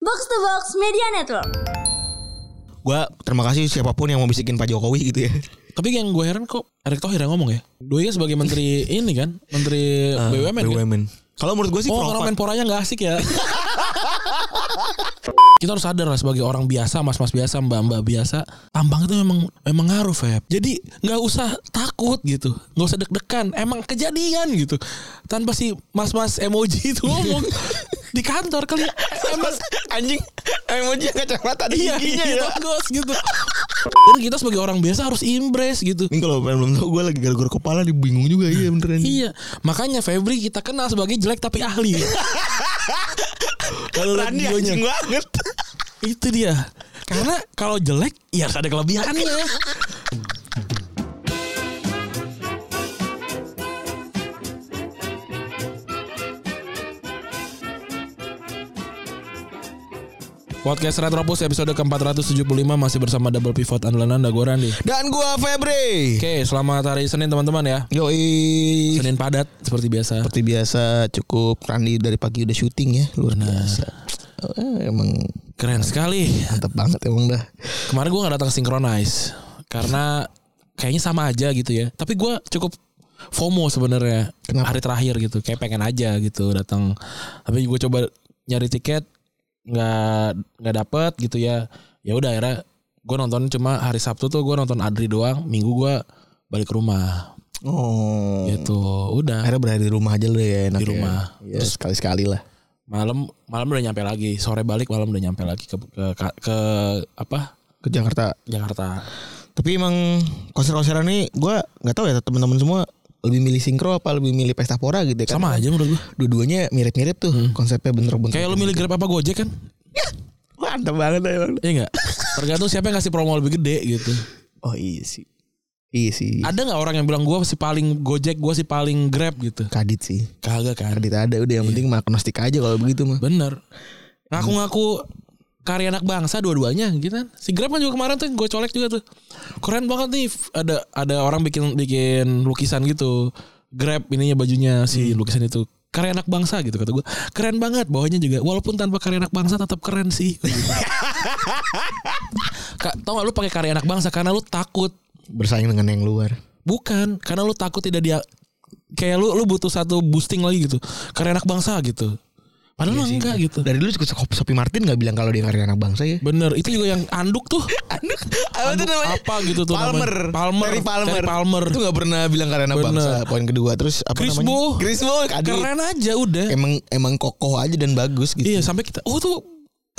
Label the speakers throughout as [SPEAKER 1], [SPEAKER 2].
[SPEAKER 1] Box to Box Media Network.
[SPEAKER 2] Gua terima kasih siapapun yang mau bisikin Pak Jokowi gitu ya.
[SPEAKER 3] Tapi yang gue heran kok Erick Thohir yang ngomong ya. Doi sebagai menteri ini kan, menteri BUMN. kan?
[SPEAKER 2] BUMN. Kalau menurut gue sih
[SPEAKER 3] Oh,
[SPEAKER 2] profit-
[SPEAKER 3] orang menporanya nggak asik ya. kita harus sadar lah sebagai orang biasa, mas-mas biasa, mbak-mbak biasa, tampang itu memang memang ngaruh, Feb. Jadi nggak usah takut gitu, nggak usah deg-degan, emang kejadian gitu. Tanpa si mas-mas emoji itu ngomong di kantor kali, ya. emang
[SPEAKER 2] anjing emoji yang kacamata di
[SPEAKER 3] iya,
[SPEAKER 2] giginya
[SPEAKER 3] iya,
[SPEAKER 2] ya.
[SPEAKER 3] bagus gitu. Jadi kita sebagai orang biasa harus impress gitu.
[SPEAKER 2] Ini kalau belum tahu gue lagi gara-gara kepala nih bingung juga iya beneran.
[SPEAKER 3] Iya, makanya Febri kita kenal sebagai jelek tapi ahli.
[SPEAKER 2] Kalau liat
[SPEAKER 3] Rani
[SPEAKER 2] videonya.
[SPEAKER 3] anjing
[SPEAKER 2] banget.
[SPEAKER 3] Itu dia. Karena kalau jelek ya harus ada kelebihannya. Podcast Retropus episode ke-475 masih bersama Double Pivot andalan Anda gue Randi.
[SPEAKER 2] Dan gua Febri.
[SPEAKER 3] Oke, selamat hari Senin teman-teman ya.
[SPEAKER 2] Yoi.
[SPEAKER 3] Senin padat seperti biasa.
[SPEAKER 2] Seperti biasa cukup Randi dari pagi udah syuting ya luar biasa. Eh, emang
[SPEAKER 3] Keren sekali.
[SPEAKER 2] mantap banget emang dah.
[SPEAKER 3] Kemarin gue gak datang sinkronize karena kayaknya sama aja gitu ya. Tapi gue cukup FOMO sebenarnya
[SPEAKER 2] Kenapa?
[SPEAKER 3] hari terakhir gitu, kayak pengen aja gitu datang. Tapi gue coba nyari tiket nggak nggak dapet gitu ya. Ya udah akhirnya gue nonton cuma hari Sabtu tuh gue nonton Adri doang. Minggu gue balik ke rumah
[SPEAKER 2] Oh.
[SPEAKER 3] gitu. Udah
[SPEAKER 2] Akhirnya berada di rumah aja lu ya enak
[SPEAKER 3] Di
[SPEAKER 2] ya.
[SPEAKER 3] rumah.
[SPEAKER 2] Ya, sekali-sekali lah.
[SPEAKER 3] malam malam udah nyampe lagi. Sore balik malam udah nyampe lagi ke ke, ke, apa
[SPEAKER 2] Ke Jakarta.
[SPEAKER 3] Jakarta.
[SPEAKER 2] Tapi emang konser-konseran ini gua nggak tahu ya teman-teman semua lebih milih sinkro apa lebih milih pesta pora gitu ya kan.
[SPEAKER 3] Sama aja menurut gue.
[SPEAKER 2] Dua-duanya mirip-mirip tuh konsepnya bentrok-bentrok.
[SPEAKER 3] Kayak lo milih Grab apa Gojek kan?
[SPEAKER 2] mantap banget emang.
[SPEAKER 3] Iya enggak? Tergantung siapa yang ngasih promo lebih gede gitu.
[SPEAKER 2] Oh iya sih. Iya sih.
[SPEAKER 3] Ada nggak orang yang bilang gua si paling Gojek, gua si paling Grab gitu?
[SPEAKER 2] Kadit sih.
[SPEAKER 3] Kagak kan.
[SPEAKER 2] Kadit ada udah yang penting mah agnostik aja kalau begitu mah.
[SPEAKER 3] Bener. Ngaku-ngaku karya anak bangsa dua-duanya gitu kan. Si Grab kan juga kemarin tuh gue colek juga tuh. Keren banget nih f- ada ada orang bikin bikin lukisan gitu. Grab ininya bajunya si lukisan itu karya anak bangsa gitu kata gue keren banget bawahnya juga walaupun tanpa karya anak bangsa tetap keren sih Kak, tau gak lu pakai karya anak bangsa karena lu takut
[SPEAKER 2] Bersaing dengan yang luar.
[SPEAKER 3] Bukan, karena lu takut tidak dia kayak lu lu butuh satu boosting lagi gitu. Karena anak bangsa gitu.
[SPEAKER 2] Iya
[SPEAKER 3] Padahal lu enggak gitu.
[SPEAKER 2] Dari dulu juga Sophie Martin nggak bilang kalau dia karya anak bangsa ya.
[SPEAKER 3] Bener, itu juga yang anduk tuh.
[SPEAKER 2] Aduh,
[SPEAKER 3] Anduk apa gitu tuh
[SPEAKER 2] Palmer.
[SPEAKER 3] namanya? Palmer.
[SPEAKER 2] Dari Palmer.
[SPEAKER 3] Terry Palmer.
[SPEAKER 2] Itu nggak pernah bilang karya anak
[SPEAKER 3] Bener.
[SPEAKER 2] bangsa. Poin kedua terus apa
[SPEAKER 3] Chris
[SPEAKER 2] namanya?
[SPEAKER 3] Bo.
[SPEAKER 2] Chris Bo. Kadit.
[SPEAKER 3] Keren aja udah.
[SPEAKER 2] Emang emang kokoh aja dan bagus gitu.
[SPEAKER 3] Iya, sampai kita oh tuh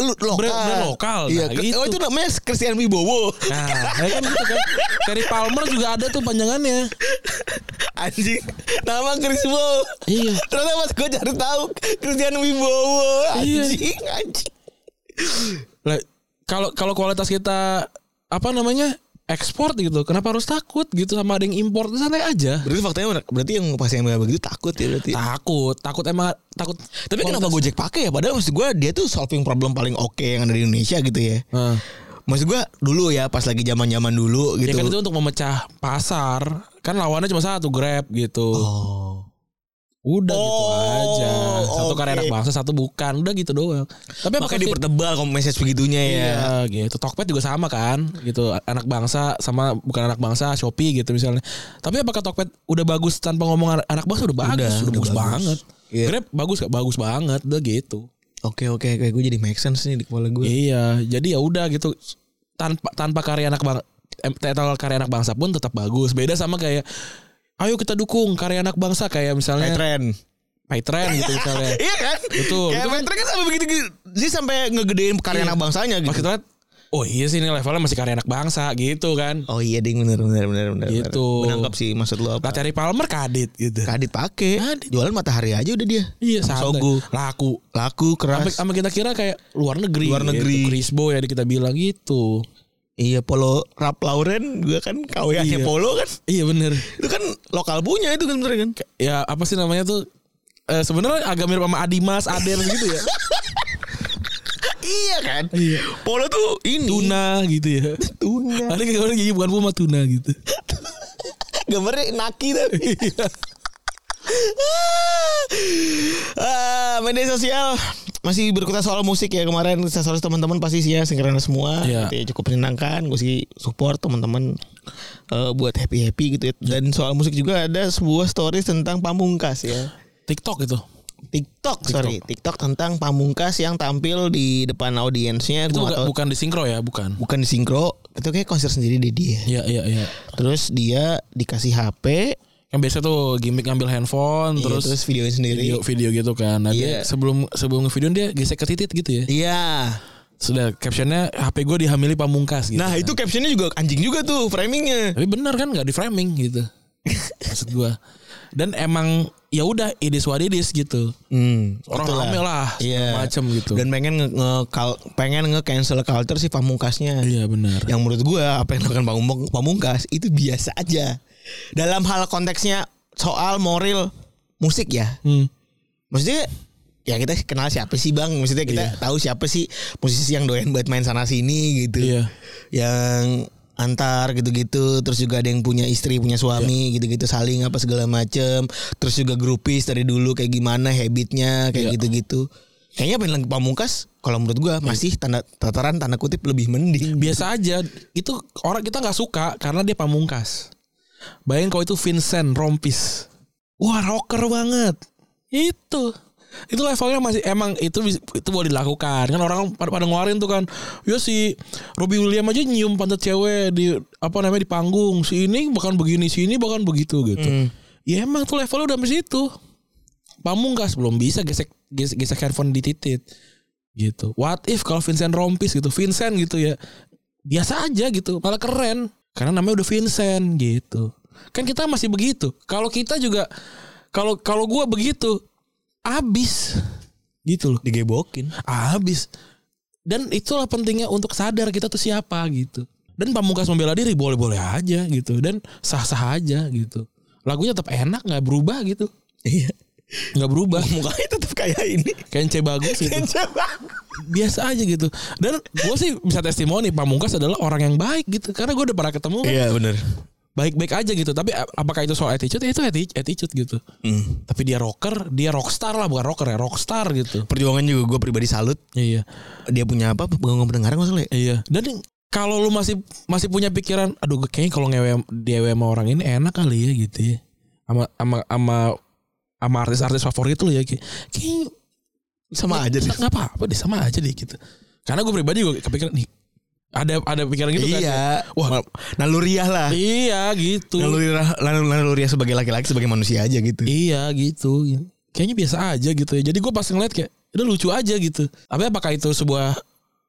[SPEAKER 2] Lu- lokal.
[SPEAKER 3] Brand- brand lokal.
[SPEAKER 2] Iya,
[SPEAKER 3] Nah,
[SPEAKER 2] Chris-
[SPEAKER 3] gitu.
[SPEAKER 2] Oh itu namanya Christian Wibowo.
[SPEAKER 3] Nah, ya kan gitu kan. Terry Palmer juga ada tuh panjangannya.
[SPEAKER 2] Anjing. Nama Chris Bo.
[SPEAKER 3] Iya.
[SPEAKER 2] Ternyata pas gue cari tahu Christian Wibowo.
[SPEAKER 3] Iya.
[SPEAKER 2] Anjing, anjing.
[SPEAKER 3] Lah, kalau kalau kualitas kita apa namanya? ekspor gitu. Kenapa harus takut gitu sama ada yang impor? Santai aja.
[SPEAKER 2] Berarti faktanya bener- berarti yang pas yang begitu takut ya berarti.
[SPEAKER 3] Takut, takut emang takut.
[SPEAKER 2] Tapi kenapa
[SPEAKER 3] kualitas-
[SPEAKER 2] Gojek pakai ya? Padahal maksud gue dia tuh solving problem paling oke yang ada di Indonesia gitu ya.
[SPEAKER 3] Nah.
[SPEAKER 2] Maksud gue dulu ya pas lagi zaman zaman dulu
[SPEAKER 3] Ya
[SPEAKER 2] gitu.
[SPEAKER 3] kan itu untuk memecah pasar. Kan lawannya cuma satu Grab gitu.
[SPEAKER 2] Oh.
[SPEAKER 3] Udah gitu
[SPEAKER 2] Oh,
[SPEAKER 3] aja. Satu karya
[SPEAKER 2] oke.
[SPEAKER 3] anak bangsa, satu bukan. Udah gitu doang. Tapi apakah
[SPEAKER 2] Makanya
[SPEAKER 3] fit-
[SPEAKER 2] dipertebal kalau message begitunya ya.
[SPEAKER 3] Iya gitu. Tokped juga sama kan gitu. Anak bangsa sama bukan anak bangsa, Shopee gitu misalnya. Tapi apakah Tokped udah bagus tanpa ngomong an- anak bangsa udah bagus,
[SPEAKER 2] udah
[SPEAKER 3] udah, bagus,
[SPEAKER 2] bagus.
[SPEAKER 3] banget.
[SPEAKER 2] Iya.
[SPEAKER 3] Grab bagus gak? Bagus banget. Udah gitu.
[SPEAKER 2] Oke oke oke gue jadi make sense nih di kepala gue.
[SPEAKER 3] Iya, jadi ya udah gitu tanpa tanpa karya anak bang em, total karya anak bangsa pun tetap bagus. Beda sama kayak ayo kita dukung karya anak bangsa
[SPEAKER 2] Kayak
[SPEAKER 3] kayak misalnya
[SPEAKER 2] tren.
[SPEAKER 3] Paytrend gitu misalnya.
[SPEAKER 2] Iya kan?
[SPEAKER 3] Betul.
[SPEAKER 2] Kayak
[SPEAKER 3] Itu kan-
[SPEAKER 2] Patrick kan sampai begitu dia sampai ngegedein karya
[SPEAKER 3] Iya.
[SPEAKER 2] anak bangsanya
[SPEAKER 3] Pas
[SPEAKER 2] gitu.
[SPEAKER 3] kita lihat, oh iya sih ini levelnya masih karya anak bangsa gitu kan.
[SPEAKER 2] Oh iya ding bener bener bener bener.
[SPEAKER 3] Gitu.
[SPEAKER 2] bener. Menangkap sih maksud lo
[SPEAKER 3] Lah
[SPEAKER 2] apa?
[SPEAKER 3] Terry Palmer kadit gitu.
[SPEAKER 2] Kadit pakai.
[SPEAKER 3] Kadit.
[SPEAKER 2] Jualan matahari aja udah dia.
[SPEAKER 3] Iya, santai.
[SPEAKER 2] Sogo.
[SPEAKER 3] Laku.
[SPEAKER 2] Laku
[SPEAKER 3] Sampai
[SPEAKER 2] keras.
[SPEAKER 3] sampai kita kira kayak luar negeri.
[SPEAKER 2] Luar negeri.
[SPEAKER 3] Gitu. Chris Boy yang kita bilang gitu.
[SPEAKER 2] Iya Polo Rap Lauren gue kan kawiannya
[SPEAKER 3] Iya.
[SPEAKER 2] Polo kan
[SPEAKER 3] Iya bener.
[SPEAKER 2] itu kan lokal punya itu kan sebenarnya kan
[SPEAKER 3] Ya apa sih namanya tuh? Eh, Sebenarnya agak mirip sama Adimas, Aden gitu ya.
[SPEAKER 2] iya kan
[SPEAKER 3] Iya.
[SPEAKER 2] Polo tuh ini
[SPEAKER 3] Tuna gitu ya.
[SPEAKER 2] tuna
[SPEAKER 3] Ada gambarnya gigi bukan puma tuna gitu.
[SPEAKER 2] gambarnya naki
[SPEAKER 3] Iya.
[SPEAKER 2] tapi ah media sosial masih berkutat soal musik ya kemarin sesuatu teman-teman pasti sih ya sinkronis semua
[SPEAKER 3] Iya.
[SPEAKER 2] gitu ya, cukup menyenangkan gue sih support teman-teman eh, buat happy happy gitu ya dan soal musik juga ada sebuah stories tentang pamungkas ya
[SPEAKER 3] TikTok itu.
[SPEAKER 2] TikTok, sorry TikTok tentang pamungkas yang tampil di depan audiensnya gue
[SPEAKER 3] Itu bukan,
[SPEAKER 2] atau
[SPEAKER 3] bukan di sinkro ya, bukan.
[SPEAKER 2] bukan di sinkro itu kayak konser sendiri deh dia
[SPEAKER 3] Iya, iya, iya.
[SPEAKER 2] terus dia dikasih HP
[SPEAKER 3] Yang biasa tuh gimmick ngambil handphone
[SPEAKER 2] iya,
[SPEAKER 3] terus,
[SPEAKER 2] terus videoin sendiri
[SPEAKER 3] video video gitu kan. Nah, dia
[SPEAKER 2] Iya.
[SPEAKER 3] sebelum sebelum video dia gesek ke titit gitu ya.
[SPEAKER 2] Iya.
[SPEAKER 3] Sudah captionnya HP gue dihamili pamungkas gitu.
[SPEAKER 2] Nah
[SPEAKER 3] kan.
[SPEAKER 2] itu captionnya juga anjing juga tuh framingnya.
[SPEAKER 3] Tapi benar kan nggak di framing gitu. Maksud gua. Dan emang ya udah idis what it is gitu.
[SPEAKER 2] Hmm,
[SPEAKER 3] Orang
[SPEAKER 2] itulah.
[SPEAKER 3] rame lah segala
[SPEAKER 2] Iya.
[SPEAKER 3] macem gitu.
[SPEAKER 2] Dan pengen nge, nge- kal- pengen nge cancel culture si pamungkasnya.
[SPEAKER 3] iya benar.
[SPEAKER 2] Yang menurut gua apa yang dilakukan Pamung- pamungkas itu biasa aja. Dalam hal konteksnya soal moral musik ya.
[SPEAKER 3] Hmm.
[SPEAKER 2] Maksudnya ya kita kenal siapa sih bang? Maksudnya kita tahu siapa sih musisi yang doyan buat main sana sini gitu.
[SPEAKER 3] Iya.
[SPEAKER 2] Yang antar gitu-gitu terus juga ada yang punya istri punya
[SPEAKER 3] Ya.
[SPEAKER 2] suami gitu-gitu saling apa segala macem terus juga grupis dari dulu kayak gimana habitnya kayak
[SPEAKER 3] Iya.
[SPEAKER 2] gitu-gitu kayaknya penilaian pamungkas kalau menurut
[SPEAKER 3] Ya.
[SPEAKER 2] gua masih tanda tataran tanda kutip lebih mending
[SPEAKER 3] Biasa aja. Itu orang kita nggak suka karena dia pamungkas. Bayangin kalau itu Vincent Rompis. Wah rocker banget. Itu. Itu levelnya masih emang itu bis- itu boleh dilakukan kan orang pada, pada ngeluarin tuh kan. Ya si Robbie William aja nyium pantat cewek di apa namanya di panggung. Si ini bahkan begini, si ini bahkan begitu gitu.
[SPEAKER 2] Hmm.
[SPEAKER 3] Ya emang tuh levelnya udah sampai situ. Pamungkas belum bisa gesek gesek, gesek handphone di titit gitu. What if kalau Vincent Rompis gitu, Vincent gitu ya. Biasa aja gitu, malah keren karena namanya udah Vincent gitu. Kan kita masih begitu. Kalau kita juga kalau kalau gua begitu abis gitu loh,
[SPEAKER 2] digebokin
[SPEAKER 3] abis. Dan itulah pentingnya untuk sadar kita tuh siapa gitu. Dan pamungkas membela diri boleh-boleh aja gitu dan sah-sah aja gitu. Lagunya tetap enak nggak berubah gitu.
[SPEAKER 2] iya
[SPEAKER 3] Nggak berubah.
[SPEAKER 2] mukanya tetap kayak ini
[SPEAKER 3] Kence bagus gitu. biasa aja gitu dan gue sih bisa testimoni Pamungkas adalah orang yang baik gitu karena gue udah pernah ketemu kan,
[SPEAKER 2] iya benar
[SPEAKER 3] baik-baik aja gitu tapi a- apakah itu soal attitude Ya, itu atti- attitude gitu
[SPEAKER 2] Hmm.
[SPEAKER 3] tapi dia rocker dia rockstar lah bukan rocker ya rockstar gitu
[SPEAKER 2] perjuangan juga gue pribadi salut
[SPEAKER 3] iya
[SPEAKER 2] dia punya apa penggangguan pendengaran masalah ya?
[SPEAKER 3] iya dan kalau lu masih masih punya pikiran aduh gua kayaknya kalau ngewe dewe sama orang ini enak kali ya gitu ya sama sama sama sama artis-artis favorit lu ya kayak kayaknya
[SPEAKER 2] sama aja
[SPEAKER 3] nggak nggak apa-apa deh Ya. sama aja deh gitu karena gue pribadi gue kepikiran nih ada ada pikiran gitu kan
[SPEAKER 2] iya
[SPEAKER 3] Wah.
[SPEAKER 2] naluriah lah
[SPEAKER 3] Iya gitu.
[SPEAKER 2] naluriah nalur- naluriah sebagai laki-laki sebagai manusia aja gitu
[SPEAKER 3] Iya gitu. Kayaknya biasa aja gitu ya. Jadi gue pas ngeliat kayak udah lucu aja gitu. Tapi apakah itu sebuah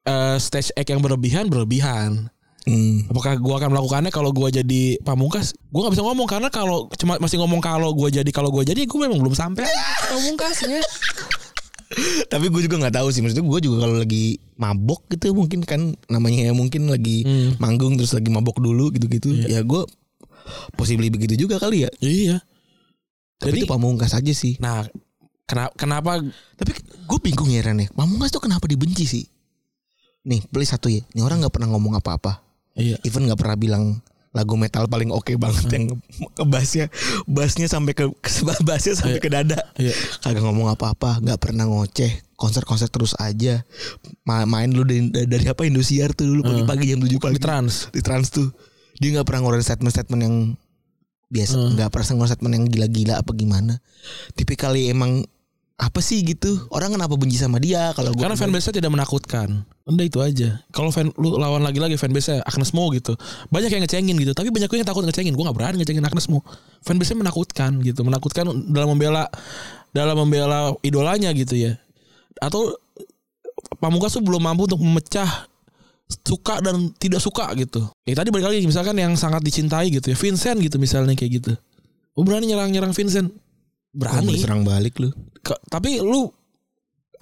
[SPEAKER 3] eh, stage act yang berlebihan? Berlebihan.
[SPEAKER 2] Hmm.
[SPEAKER 3] Apakah gue akan melakukannya kalau gue jadi pamungkas? Gue nggak bisa ngomong karena kalau cuma masih ngomong kalau gue jadi kalau gue jadi gue memang belum sampai pamungkasnya.
[SPEAKER 2] tapi gue juga nggak tahu sih maksudnya gue juga kalau lagi mabok gitu mungkin kan namanya ya mungkin lagi
[SPEAKER 3] Hmm.
[SPEAKER 2] manggung terus lagi mabok dulu gitu-gitu ya gue possibly begitu juga kali ya
[SPEAKER 3] Iya.
[SPEAKER 2] tapi itu
[SPEAKER 3] Jadi-
[SPEAKER 2] pamungkas aja sih
[SPEAKER 3] Nah, kenapa kenapa
[SPEAKER 2] tapi gue bingung ya Ren ya pamungkas tuh kenapa dibenci sih nih beli satu ya nih orang nggak pernah ngomong apa-apa
[SPEAKER 3] iya.
[SPEAKER 2] Even nggak pernah bilang lagu metal paling oke banget yang ke bassnya bassnya sampai ke ke- bassnya sampai ke dada
[SPEAKER 3] Iya.
[SPEAKER 2] kagak ngomong apa-apa nggak pernah ngoceh konser-konser terus aja Ma- main dulu dari, dari apa Indosiar tuh dulu pagi-pagi jam 7 pagi
[SPEAKER 3] Hmm. Di trans.
[SPEAKER 2] di trans tuh dia nggak pernah ngeluarin statement-statement yang biasa
[SPEAKER 3] Hmm.
[SPEAKER 2] nggak pernah ngeluarin statement yang gila-gila apa gimana tipikali emang apa sih gitu orang kenapa benci sama dia kalau gua
[SPEAKER 3] Karena fanbase-nya tidak menakutkan. Udah itu aja. Kalau fan lu lawan lagi-lagi fanbase-nya Agnes Mo gitu. Banyak yang ngecengin gitu, tapi banyak juga yang takut ngecengin. Gua nggak berani ngecengin Agnes Mo. Fanbase-nya menakutkan gitu, menakutkan dalam membela dalam membela idolanya gitu ya. Atau Pamungkas tuh belum mampu untuk memecah suka dan tidak suka gitu. Ya tadi balik lagi misalkan yang sangat dicintai gitu ya, Vincent gitu misalnya kayak gitu. Lu berani nyerang-nyerang Vincent?
[SPEAKER 2] Gua
[SPEAKER 3] Berani
[SPEAKER 2] diserang balik lu
[SPEAKER 3] ke- tapi lu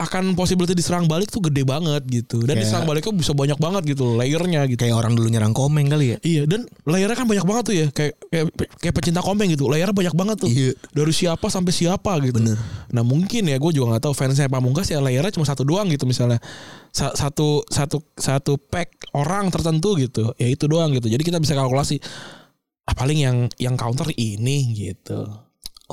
[SPEAKER 3] akan possibility diserang balik tuh gede banget gitu dan
[SPEAKER 2] Kayak-
[SPEAKER 3] diserang baliknya bisa banyak banget gitu loh, layernya gitu
[SPEAKER 2] kayak orang dulu nyerang komeng kali ya
[SPEAKER 3] iya dan layernya kan banyak banget tuh ya kayak kayak, kayak pecinta komeng gitu layernya banyak banget tuh
[SPEAKER 2] Iya.
[SPEAKER 3] dari siapa sampai siapa gitu
[SPEAKER 2] Bener.
[SPEAKER 3] nah mungkin ya gue juga nggak tahu fansnya pamungkas ya layernya cuma satu doang gitu misalnya Sa- satu satu satu pack orang tertentu gitu ya itu doang gitu jadi kita bisa kalkulasi ah, paling yang yang counter ini gitu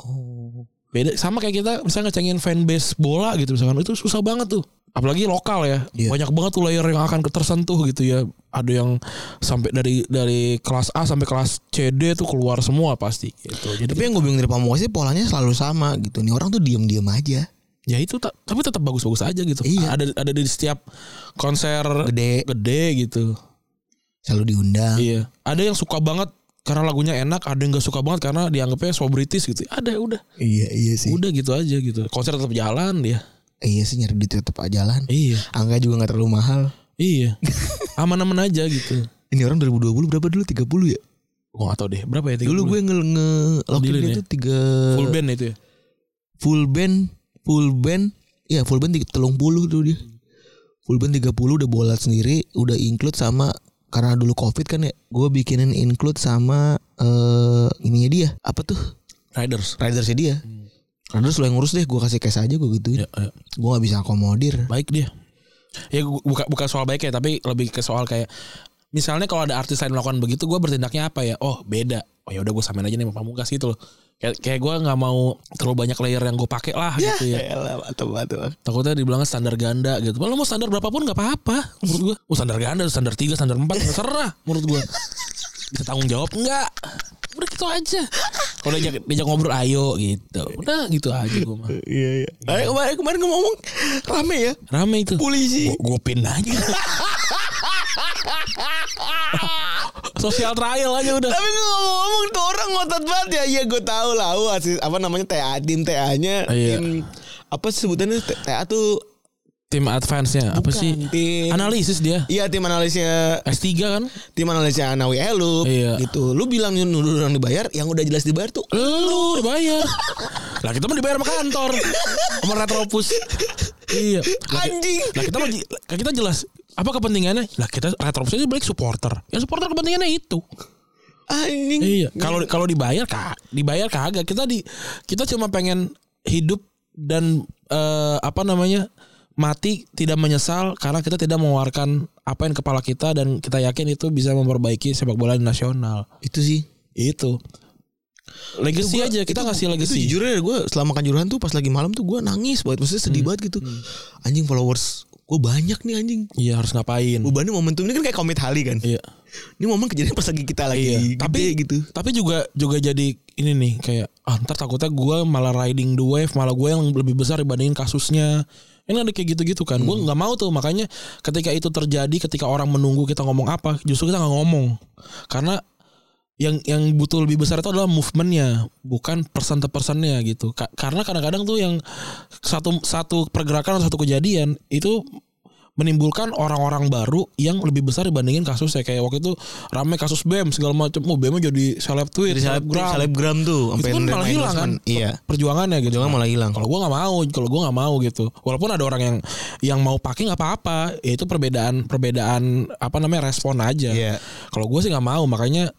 [SPEAKER 2] oh
[SPEAKER 3] beda sama kayak kita misalnya ngecengin fanbase bola gitu misalkan itu susah banget tuh apalagi lokal ya
[SPEAKER 2] Iya.
[SPEAKER 3] banyak banget tuh layer yang akan tersentuh gitu ya ada yang sampai dari dari kelas A sampai kelas CD tuh keluar semua pasti gitu jadi
[SPEAKER 2] Tapi yang gue bingung dari Pamungkas sih polanya selalu sama gitu. Nih orang tuh diem-diem aja.
[SPEAKER 3] ya itu ta- tapi tetap bagus-bagus aja gitu
[SPEAKER 2] Iya.
[SPEAKER 3] ada ada di setiap konser
[SPEAKER 2] Gede, Ah.
[SPEAKER 3] gede gitu
[SPEAKER 2] selalu diundang.
[SPEAKER 3] Iya. Ada yang suka banget karena lagunya enak, ada yang gak suka banget karena dianggapnya so British gitu. Ada udah.
[SPEAKER 2] Iya, iya sih.
[SPEAKER 3] Udah gitu aja gitu. Konser tetap jalan dia.
[SPEAKER 2] Iya sih nyari duit tetap aja jalan.
[SPEAKER 3] Iya.
[SPEAKER 2] Angka juga nggak terlalu mahal.
[SPEAKER 3] Iya. Aman-aman aja gitu.
[SPEAKER 2] Ini orang 2020 berapa dulu? 30 ya?
[SPEAKER 3] Gua gak tau deh berapa ya
[SPEAKER 2] Dulu gue nge, nge
[SPEAKER 3] Dealin
[SPEAKER 2] lokin
[SPEAKER 3] ya?
[SPEAKER 2] itu tiga
[SPEAKER 3] full band itu ya.
[SPEAKER 2] full band, full band, ya full band tiga- telung puluh dulu dia. Full band 30 udah bola sendiri, udah include sama karena dulu covid kan ya, gue bikinin include sama eh ininya dia apa tuh
[SPEAKER 3] Riders.
[SPEAKER 2] ridersnya dia. Riders lo yang ngurus deh, gue kasih cash aja gue gituin.
[SPEAKER 3] Hmm. Ya, ya.
[SPEAKER 2] Gue nggak bisa akomodir.
[SPEAKER 3] baik dia. Ya gua- buka bukan soal baik ya, tapi lebih ke soal kayak misalnya kalau ada artis lain melakukan begitu, gue bertindaknya apa ya? Oh beda. Oh ya udah gue samain aja nih sama pamungkas gitu loh. Kayak, kayak gue nggak mau terlalu banyak layer yang gue pakai lah gitu ya.
[SPEAKER 2] Elah, mantep, mantep.
[SPEAKER 3] Takutnya dibilangnya standar ganda gitu. Padahal mau standar berapapun gak apa-apa. Menurut gue. Oh standar ganda, standar 3, standar 4. Terserah menurut gue. Bisa tanggung jawab enggak? Udah gitu aja. Kalau diajak, diajak ngobrol ayo gitu. Udah gitu aja gue mah.
[SPEAKER 2] Iya iya. Eh, kemarin kemarin gua ngomong rame ya
[SPEAKER 3] Rame itu.
[SPEAKER 2] polisi.
[SPEAKER 3] Gue pin aja. Sosial trial aja udah.
[SPEAKER 2] Tapi gue ngomong-ngomong tuh orang ngotot banget ya. Iya gue tahu lah. Wah, si- apa namanya TA tim TA-nya.
[SPEAKER 3] Iya.
[SPEAKER 2] Tim apa sih sebutannya T- TA tuh
[SPEAKER 3] Tim advance-nya. Apa
[SPEAKER 2] Bukan,
[SPEAKER 3] sih?
[SPEAKER 2] tim-
[SPEAKER 3] Analisis dia.
[SPEAKER 2] Iya tim analisnya
[SPEAKER 3] S3 kan?
[SPEAKER 2] tim analisnya Nawi Elu
[SPEAKER 3] Iya.
[SPEAKER 2] gitu. Lu bilang nyuruh orang dibayar, yang udah jelas dibayar tuh
[SPEAKER 3] Lu dibayar. Lah kita mah dibayar sama kantor. Sama Retropus. Iya. Lah, ki-
[SPEAKER 2] anjing.
[SPEAKER 3] Lah kita mah j- lah kita jelas apa kepentingannya? Lah kita Retropus aja balik supporter. Ya supporter kepentingannya itu.
[SPEAKER 2] Anjing.
[SPEAKER 3] Iya. Kalau kalau dibayar kak, dibayar kagak. Kita di kita cuma pengen hidup dan eh, apa namanya mati tidak menyesal karena kita tidak mengeluarkan apa yang kepala kita dan kita yakin itu bisa memperbaiki sepak bola di nasional.
[SPEAKER 2] Itu sih.
[SPEAKER 3] Itu. Legacy Iya aja kita ngasih legacy.
[SPEAKER 2] Itu jujur ya gue selama kanjuruhan tuh pas lagi malam tuh gue nangis banget. Maksudnya sedih
[SPEAKER 3] Hmm.
[SPEAKER 2] banget gitu. Anjing followers gue banyak nih anjing.
[SPEAKER 3] Iya harus ngapain?
[SPEAKER 2] Bebannya momentum ini kan kayak komit hali kan.
[SPEAKER 3] Iya.
[SPEAKER 2] Ini momen kejadian pas lagi kita lagi
[SPEAKER 3] Iya,
[SPEAKER 2] gede
[SPEAKER 3] tapi-
[SPEAKER 2] gitu.
[SPEAKER 3] Tapi juga juga jadi ini nih kayak ah, ntar takutnya gue malah riding the wave malah gue yang lebih besar dibandingin kasusnya. Ini ada kayak gitu-gitu kan. Gue nggak mau tuh makanya ketika itu terjadi ketika orang menunggu kita ngomong apa justru kita nggak ngomong karena yang yang butuh lebih besar itu adalah movementnya bukan persen per persennya gitu Ka- karena kadang-kadang tuh yang satu satu pergerakan atau satu kejadian itu menimbulkan orang-orang baru yang lebih besar dibandingin kasusnya kayak waktu itu rame kasus BEM segala macam oh BEM -nya jadi seleb tweet
[SPEAKER 2] Jadi selebgram,
[SPEAKER 3] selebgram.
[SPEAKER 2] selebgram tuh
[SPEAKER 3] itu
[SPEAKER 2] sampai
[SPEAKER 3] kan malah
[SPEAKER 2] nerima
[SPEAKER 3] hilang kan
[SPEAKER 2] endorsement. Iya.
[SPEAKER 3] perjuangannya gitu
[SPEAKER 2] Jangan malah hilang.
[SPEAKER 3] kalau gua nggak mau kalau gua nggak mau gitu walaupun ada orang yang yang mau pakai nggak apa-apa ya itu perbedaan perbedaan apa namanya respon aja
[SPEAKER 2] Iya.
[SPEAKER 3] kalau gue sih nggak mau makanya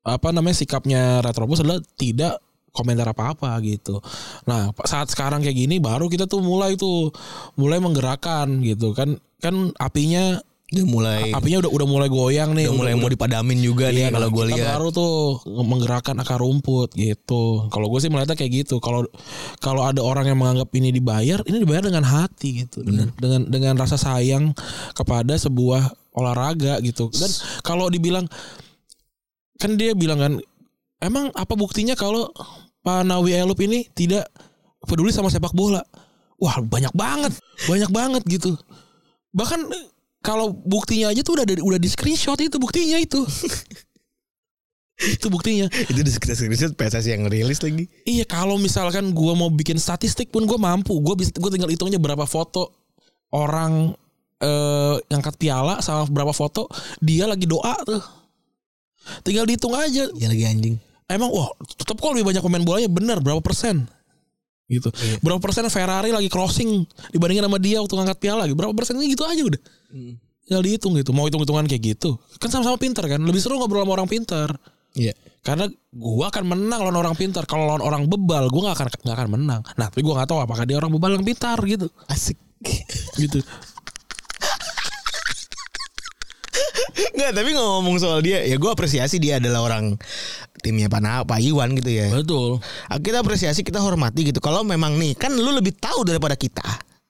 [SPEAKER 3] apa namanya sikapnya Retrobus adalah tidak komentar apa-apa gitu. Nah pa- saat sekarang kayak gini baru kita tuh mulai tuh mulai menggerakkan gitu kan kan apinya
[SPEAKER 2] Dia mulai
[SPEAKER 3] apinya udah udah mulai goyang nih
[SPEAKER 2] Eh. udah mulai mau dipadamin juga
[SPEAKER 3] Iya,
[SPEAKER 2] nih kalau gue
[SPEAKER 3] kita
[SPEAKER 2] lihat.
[SPEAKER 3] baru tuh menggerakkan akar rumput gitu. Kalau gue sih melihatnya kayak gitu. Kalau kalau ada orang yang menganggap ini dibayar, ini dibayar dengan hati gitu, dengan dengan, dengan rasa sayang kepada sebuah olahraga gitu. Dan kalau dibilang kan dia bilang kan, emang apa buktinya kalau Pak Nawi Elup ini tidak peduli sama sepak bola? Wah banyak banget, banyak banget gitu. Bahkan kalau buktinya aja tuh udah ada- udah di screenshot itu buktinya itu. itu buktinya.
[SPEAKER 2] Itu di sekitar screenshot PSSI yang rilis lagi.
[SPEAKER 3] Iya kalau misalkan gua mau bikin statistik pun gua mampu. Gua bisa gua tinggal hitungnya berapa foto orang eh angkat piala sama berapa foto dia lagi doa tuh. Tinggal dihitung aja.
[SPEAKER 2] Ya lagi anjing.
[SPEAKER 3] Emang wah tetap kok lebih banyak pemain bolanya bener berapa persen? gitu berapa persen Ferrari lagi crossing dibandingin sama dia waktu ngangkat piala gitu berapa persen ini gitu aja udah
[SPEAKER 2] Hmm.
[SPEAKER 3] tinggal dihitung gitu mau hitung hitungan kayak gitu kan sama-sama pintar kan lebih seru ngobrol sama orang pintar
[SPEAKER 2] Iya.
[SPEAKER 3] karena gua akan menang lawan orang pintar kalau lawan orang bebal gua nggak akan nggak akan menang nah tapi gua nggak tahu apakah dia orang bebal yang pintar gitu
[SPEAKER 2] Asik.
[SPEAKER 3] gitu
[SPEAKER 2] Enggak, tapi ngomong soal dia, ya gue apresiasi dia adalah orang timnya Pak, Na- Pak Iwan gitu ya.
[SPEAKER 3] Betul.
[SPEAKER 2] Ah, Kita apresiasi, kita hormati gitu. Kalau memang nih kan lu lebih tahu daripada kita.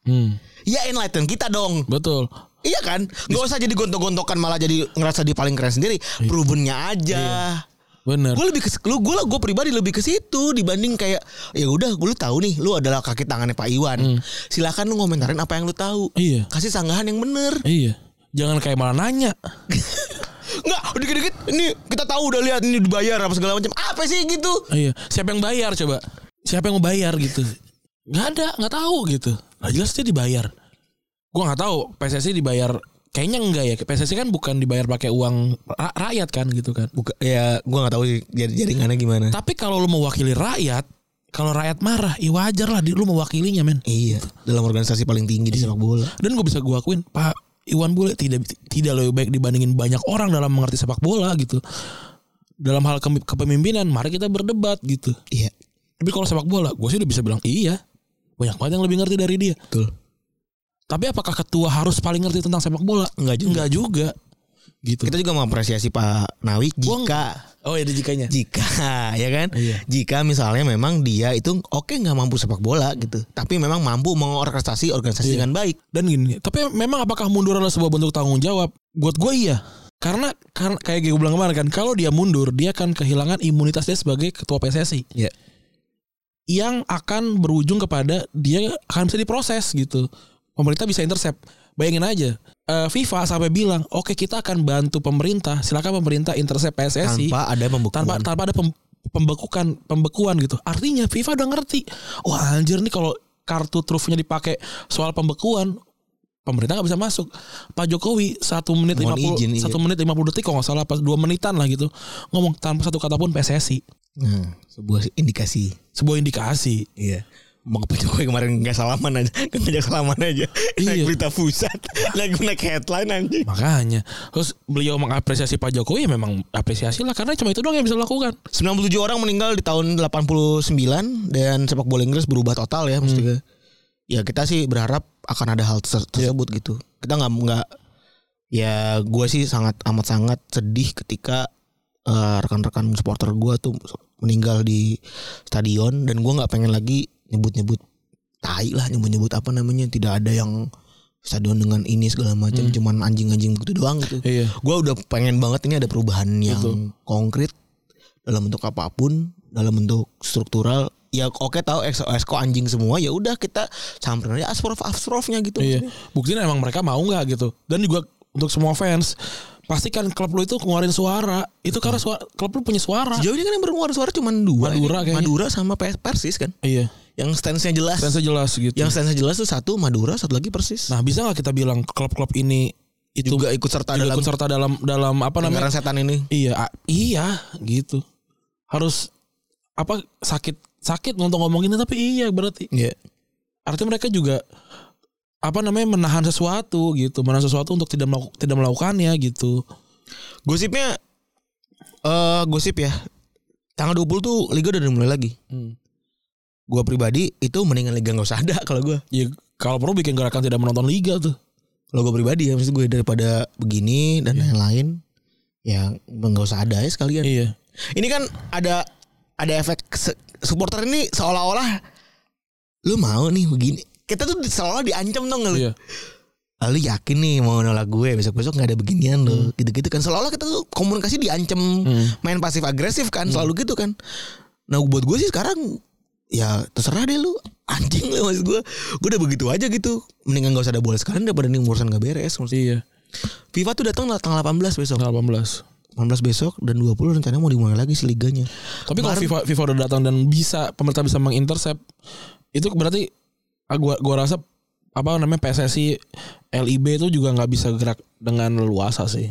[SPEAKER 3] Hmm.
[SPEAKER 2] Ya enlighten kita dong.
[SPEAKER 3] Betul.
[SPEAKER 2] Iya kan? Nggak usah jadi gontok-gontokan malah jadi ngerasa dia paling keren sendiri. Provennya aja.
[SPEAKER 3] Bener.
[SPEAKER 2] Gue lebih ke lu gue gue pribadi lebih ke situ dibanding kayak ya udah gue lu tahu nih lu adalah kaki tangannya Pak Iwan. Silakan lu ngomentarin apa yang lu tahu.
[SPEAKER 3] Iya.
[SPEAKER 2] Kasih sanggahan yang bener.
[SPEAKER 3] Iya. Jangan kayak malah nanya.
[SPEAKER 2] Enggak, dikit-dikit ini kita tahu udah lihat ini dibayar apa segala macam. Apa sih gitu?
[SPEAKER 3] Iya. Siapa yang bayar coba? Siapa yang mau bayar gitu? Nggak ada, nggak tahu gitu. Nah, jelas dia dibayar. Gua nggak tahu PSSI dibayar kayaknya enggak ya. PSSI kan bukan dibayar pakai uang ra- rakyat kan gitu kan.
[SPEAKER 2] Buka, ya gue nggak tahu sih jad- jaringannya gimana.
[SPEAKER 3] Tapi kalau lu mewakili rakyat, kalau rakyat marah, ya wajar lah di- lu mewakilinya men.
[SPEAKER 2] Iya, dalam organisasi paling tinggi di sepak bola.
[SPEAKER 3] Dan gue bisa gue akuin Pak Iwan Bule tidak tidak lebih baik dibandingin banyak orang dalam mengerti sepak bola gitu. Dalam hal ke- kepemimpinan, mari kita berdebat gitu.
[SPEAKER 2] Iya,
[SPEAKER 3] Tapi kalau sepak bola, gue sih udah bisa bilang iya. Banyak banget yang lebih ngerti dari dia.
[SPEAKER 2] betul.
[SPEAKER 3] Tapi apakah ketua harus paling ngerti tentang sepak bola?
[SPEAKER 2] Enggak juga.
[SPEAKER 3] Enggak juga. Gitu.
[SPEAKER 2] Kita juga mengapresiasi Pak Nawi
[SPEAKER 3] Gua
[SPEAKER 2] jika
[SPEAKER 3] oh ya ada jikanya.
[SPEAKER 2] jika ya kan
[SPEAKER 3] Iya.
[SPEAKER 2] jika misalnya memang dia itu oke nggak mampu sepak bola gitu tapi memang mampu mengorkestrasi
[SPEAKER 3] Iya.
[SPEAKER 2] organisasi dengan baik
[SPEAKER 3] Dan gini, tapi memang apakah mundur adalah sebuah bentuk tanggung jawab? Buat gue iya. Karena, karena kayak gue bilang kemarin kan, kalau dia mundur, dia akan kehilangan imunitas dia sebagai ketua PSSI.
[SPEAKER 2] Iya.
[SPEAKER 3] Yang akan berujung kepada dia akan bisa diproses gitu. Pemerintah bisa intercept. Bayangin aja, eh, FIFA sampai bilang, oke kita akan bantu pemerintah, silakan pemerintah intercept PSSI
[SPEAKER 2] tanpa ada pembekuan
[SPEAKER 3] Eh, tanpa tanpa ada pem- pembekukan pembekuan gitu. Artinya FIFA udah ngerti. Wah anjir nih kalau kartu trufnya dipakai soal pembekuan pemerintah nggak bisa masuk. Pak Jokowi satu menit lima
[SPEAKER 2] Mohon
[SPEAKER 3] puluh
[SPEAKER 2] izin, iya.
[SPEAKER 3] satu menit lima puluh detik kalau nggak salah pas dua menitan lah gitu ngomong tanpa satu kata pun PSSI
[SPEAKER 2] Nah, sebuah indikasi
[SPEAKER 3] sebuah indikasi.
[SPEAKER 2] iya Bang Pak Jokowi kemarin nggak salaman aja, nggak ngajak salaman aja. Naik
[SPEAKER 3] Iya.
[SPEAKER 2] berita pusat, naik naik headline anjing.
[SPEAKER 3] Makanya terus beliau mengapresiasi Pak Jokowi ya memang apresiasi lah karena cuma itu doang yang bisa dilakukan.
[SPEAKER 2] 97 orang meninggal di tahun 89 dan sepak bola Inggris berubah total ya mesti ke- Ya kita sih berharap akan ada hal terse- tersebut gitu. Kita nggak nggak ya gue sih sangat amat sangat sedih ketika eh, rekan-rekan supporter gue tuh meninggal di stadion dan gue nggak pengen lagi nyebut-nyebut tai lah nyebut-nyebut apa namanya tidak ada yang stadion dengan ini segala macam cuman anjing-anjing gitu doang gitu
[SPEAKER 3] Iya.
[SPEAKER 2] gue udah pengen banget ini ada perubahan yang
[SPEAKER 3] Betul.
[SPEAKER 2] konkret dalam bentuk apapun dalam bentuk struktural ya oke tahu EXO esko anjing semua ya udah kita samperin aja asprof asprofnya gitu
[SPEAKER 3] Iya.
[SPEAKER 2] maksudnya.
[SPEAKER 3] Buktinya emang mereka mau nggak gitu. Dan juga untuk semua fans pastikan klub lu itu ngeluarin suara. Itu karena suara, klub lu punya suara.
[SPEAKER 2] sejauh ini kan yang bermuara suara cuma dua
[SPEAKER 3] Madura
[SPEAKER 2] ini.
[SPEAKER 3] kayaknya.
[SPEAKER 2] Madura sama Pers- Persis kan
[SPEAKER 3] Iya.
[SPEAKER 2] yang stance-nya jelas
[SPEAKER 3] Dan sejelas gitu.
[SPEAKER 2] yang stance-nya jelas tuh satu Madura satu lagi Persis
[SPEAKER 3] nah, bisa nggak kita bilang klub-klub ini itu
[SPEAKER 2] juga ikut serta
[SPEAKER 3] juga
[SPEAKER 2] dalam
[SPEAKER 3] ikut serta dalam dalam apa namanya?
[SPEAKER 2] lingkaran setan ini
[SPEAKER 3] Iya, a- iya gitu. Harus apa sakit sakit untuk ngomongin tapi iya berarti
[SPEAKER 2] Iya
[SPEAKER 3] artinya mereka juga apa namanya menahan sesuatu gitu menahan sesuatu untuk tidak melaku- tidak melakukannya gitu
[SPEAKER 2] gosipnya eh gosip ya tanggal 20 tuh liga udah mulai lagi gue pribadi itu mendingan liga nggak usah ada kalau gue
[SPEAKER 3] ya kalau perlu bikin gerakan tidak menonton liga tuh
[SPEAKER 2] kalau gue pribadi ya maksud gue daripada begini dan lain-lain ya nggak usah ada ya sekalian
[SPEAKER 3] Iya.
[SPEAKER 2] ini kan ada ada efek se- supporter ini seolah-olah lu mau nih begini kita tuh seolah diancam dong lu "Ah,
[SPEAKER 3] Iya.
[SPEAKER 2] lu yakin nih mau nolak gue besok-besok nggak ada beginian lo
[SPEAKER 3] Hmm.
[SPEAKER 2] gitu-gitu kan seolah-olah kita tuh komunikasi diancam main pasif agresif kan
[SPEAKER 3] Hmm.
[SPEAKER 2] selalu gitu kan nah buat gue sih sekarang ya terserah deh lu anjing lu maksud gue gue udah begitu aja gitu mendingan gak usah ada bola sekalian daripada nih urusan gak beres maksud-
[SPEAKER 3] Iya.
[SPEAKER 2] FIFA tuh datang lah tanggal 18 besok
[SPEAKER 3] Tanggal 18.
[SPEAKER 2] 18 besok dan 20 rencananya mau dimulai lagi sih liganya
[SPEAKER 3] Tapi kalau
[SPEAKER 2] Kemarin-
[SPEAKER 3] FIFA FIFA udah datang dan bisa pemerintah bisa mengintercept itu berarti ah, gua gua rasa apa namanya PSSI LIB itu juga nggak bisa gerak dengan leluasa sih.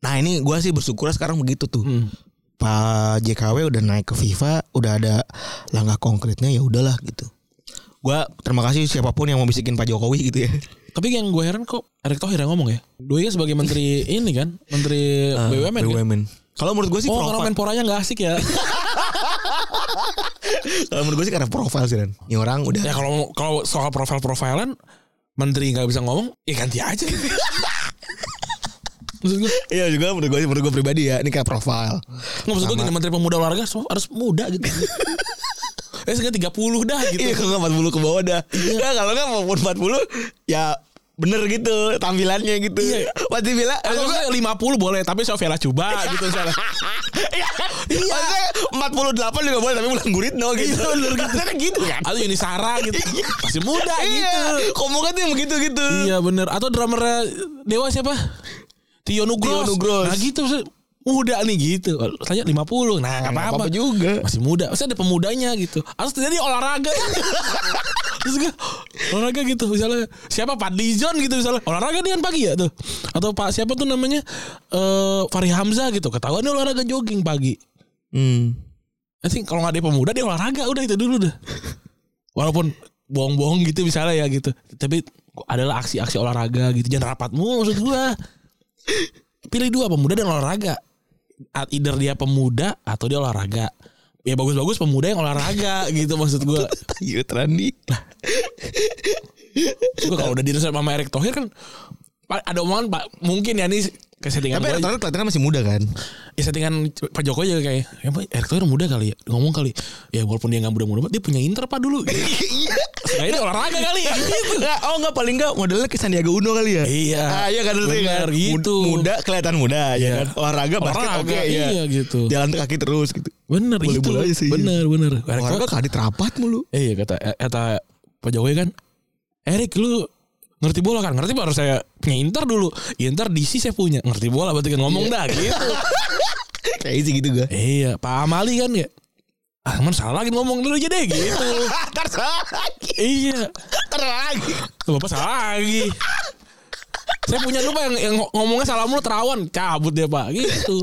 [SPEAKER 2] nah ini gue sih bersyukur sekarang begitu tuh
[SPEAKER 3] Hmm.
[SPEAKER 2] Pak JKW udah naik ke FIFA, udah ada langkah konkretnya ya udahlah gitu. Gua terima kasih siapapun yang mau bisikin Pak Jokowi gitu ya.
[SPEAKER 3] Tapi yang gue heran kok Erick Thohir yang ngomong ya. Doi sebagai menteri ini kan, menteri BUMN. Kan?
[SPEAKER 2] BUMN. Kalau menurut gue sih
[SPEAKER 3] Oh, karena
[SPEAKER 2] profil.
[SPEAKER 3] menporanya nggak asik ya.
[SPEAKER 2] Kalau menurut gue sih karena profil sih Dan. Ini orang udah
[SPEAKER 3] ya kalau kalau soal profil-profilan menteri nggak bisa ngomong, ya ganti aja. maksud gue
[SPEAKER 2] Iya juga menurut gue menurut gue pribadi ya ini kayak profile.
[SPEAKER 3] nggak maksud gue gini menteri pemuda olahraga so- harus muda gitu eh sekarang 30 dah gitu
[SPEAKER 2] Iya
[SPEAKER 3] Iya.
[SPEAKER 2] kalau nggak 40 ke bawah dah. Nah, kalau nggak maupun 40 ya bener gitu tampilannya gitu.
[SPEAKER 3] Iya.
[SPEAKER 2] Pasti bila
[SPEAKER 3] Atau maksudnya 50 boleh tapi Sofia coba gitu misalnya.
[SPEAKER 2] Iya. Maksudnya 48 juga boleh tapi bulan Guritno gitu. Iya bener gitu. kan gitu kan.
[SPEAKER 3] Atau Yunisara gitu. Masih muda gitu.
[SPEAKER 2] Iya. Komunikasi yang begitu gitu.
[SPEAKER 3] Iya bener Atau drummer Dewa siapa? Tio Nugros
[SPEAKER 2] Tio Nugros.
[SPEAKER 3] Nah gitu maksudnya, Muda nih gitu Tanya 50 Nah gak apa-apa
[SPEAKER 2] apa-apa juga.
[SPEAKER 3] Masih muda Maksudnya ada pemudanya gitu Harus terjadi olahraga Terus gue Olahraga gitu Misalnya Siapa Pak Dijon gitu misalnya Olahraga nih kan pagi ya tuh Atau Pak siapa tuh namanya eh Fahri Hamzah gitu Ketahuan dia olahraga jogging pagi
[SPEAKER 2] Hmm.
[SPEAKER 3] I think kalau nggak ada pemuda dia olahraga udah itu dulu dah. Walaupun bohong-bohong gitu misalnya ya gitu. Tapi adalah aksi-aksi olahraga gitu. Jangan rapat mulu maksud gua. Pilih dua pemuda dan olahraga. At- Either dia pemuda atau dia olahraga. Ya bagus-bagus pemuda yang olahraga gitu maksud gua.
[SPEAKER 2] Yut Randi.
[SPEAKER 3] Maksud gua kalau udah dirusak sama Erick Thohir kan pa- ada omongan Pak mungkin ya nih kesettingan
[SPEAKER 2] Tapi
[SPEAKER 3] gua-
[SPEAKER 2] Erick Thohir kelihatannya masih muda kan?
[SPEAKER 3] ya settingan Pak Jokowi juga kayak ya Pak, Erick Thohir muda kali ya ngomong kali ya walaupun dia nggak muda-muda banget dia punya inter Pak dulu
[SPEAKER 2] Iya.
[SPEAKER 3] Nah ini olahraga kali ya gitu.
[SPEAKER 2] Nggak, oh enggak paling enggak modelnya kayak Sandiaga Uno kali ya?
[SPEAKER 3] Iya.
[SPEAKER 2] Ah, iya kan berarti
[SPEAKER 3] Bener,
[SPEAKER 2] kan?
[SPEAKER 3] gitu.
[SPEAKER 2] Muda kelihatan muda ya
[SPEAKER 3] Iya.
[SPEAKER 2] kan. Olahraga basket oke
[SPEAKER 3] Olahraga,
[SPEAKER 2] ya.
[SPEAKER 3] iya, gitu.
[SPEAKER 2] Jalan kaki terus gitu.
[SPEAKER 3] Bener
[SPEAKER 2] Boleh
[SPEAKER 3] itu.
[SPEAKER 2] boleh aja sih.
[SPEAKER 3] Bener bener. Erick
[SPEAKER 2] Olahraga kan-
[SPEAKER 3] Thohir-
[SPEAKER 2] kadit rapat mulu.
[SPEAKER 3] Eh iya, kata kata Pak Jokowi kan. Erik lu ngerti bola kan? Ngerti baru saya punya Inter dulu. Ya, Inter DC saya punya. Ngerti bola berarti kan
[SPEAKER 2] Iya.
[SPEAKER 3] ngomong dah gitu.
[SPEAKER 2] Kayak sih gitu gue.
[SPEAKER 3] iya, Pak Amali kan ya. Ah, man salah lagi ngomong dulu aja deh gitu.
[SPEAKER 2] Ntar salah lagi.
[SPEAKER 3] iya.
[SPEAKER 2] Ntar lagi.
[SPEAKER 3] Bapak salah lagi. Saya punya lu Pak, yang, yang ngomongnya salah mulu terawan cabut deh Pak gitu.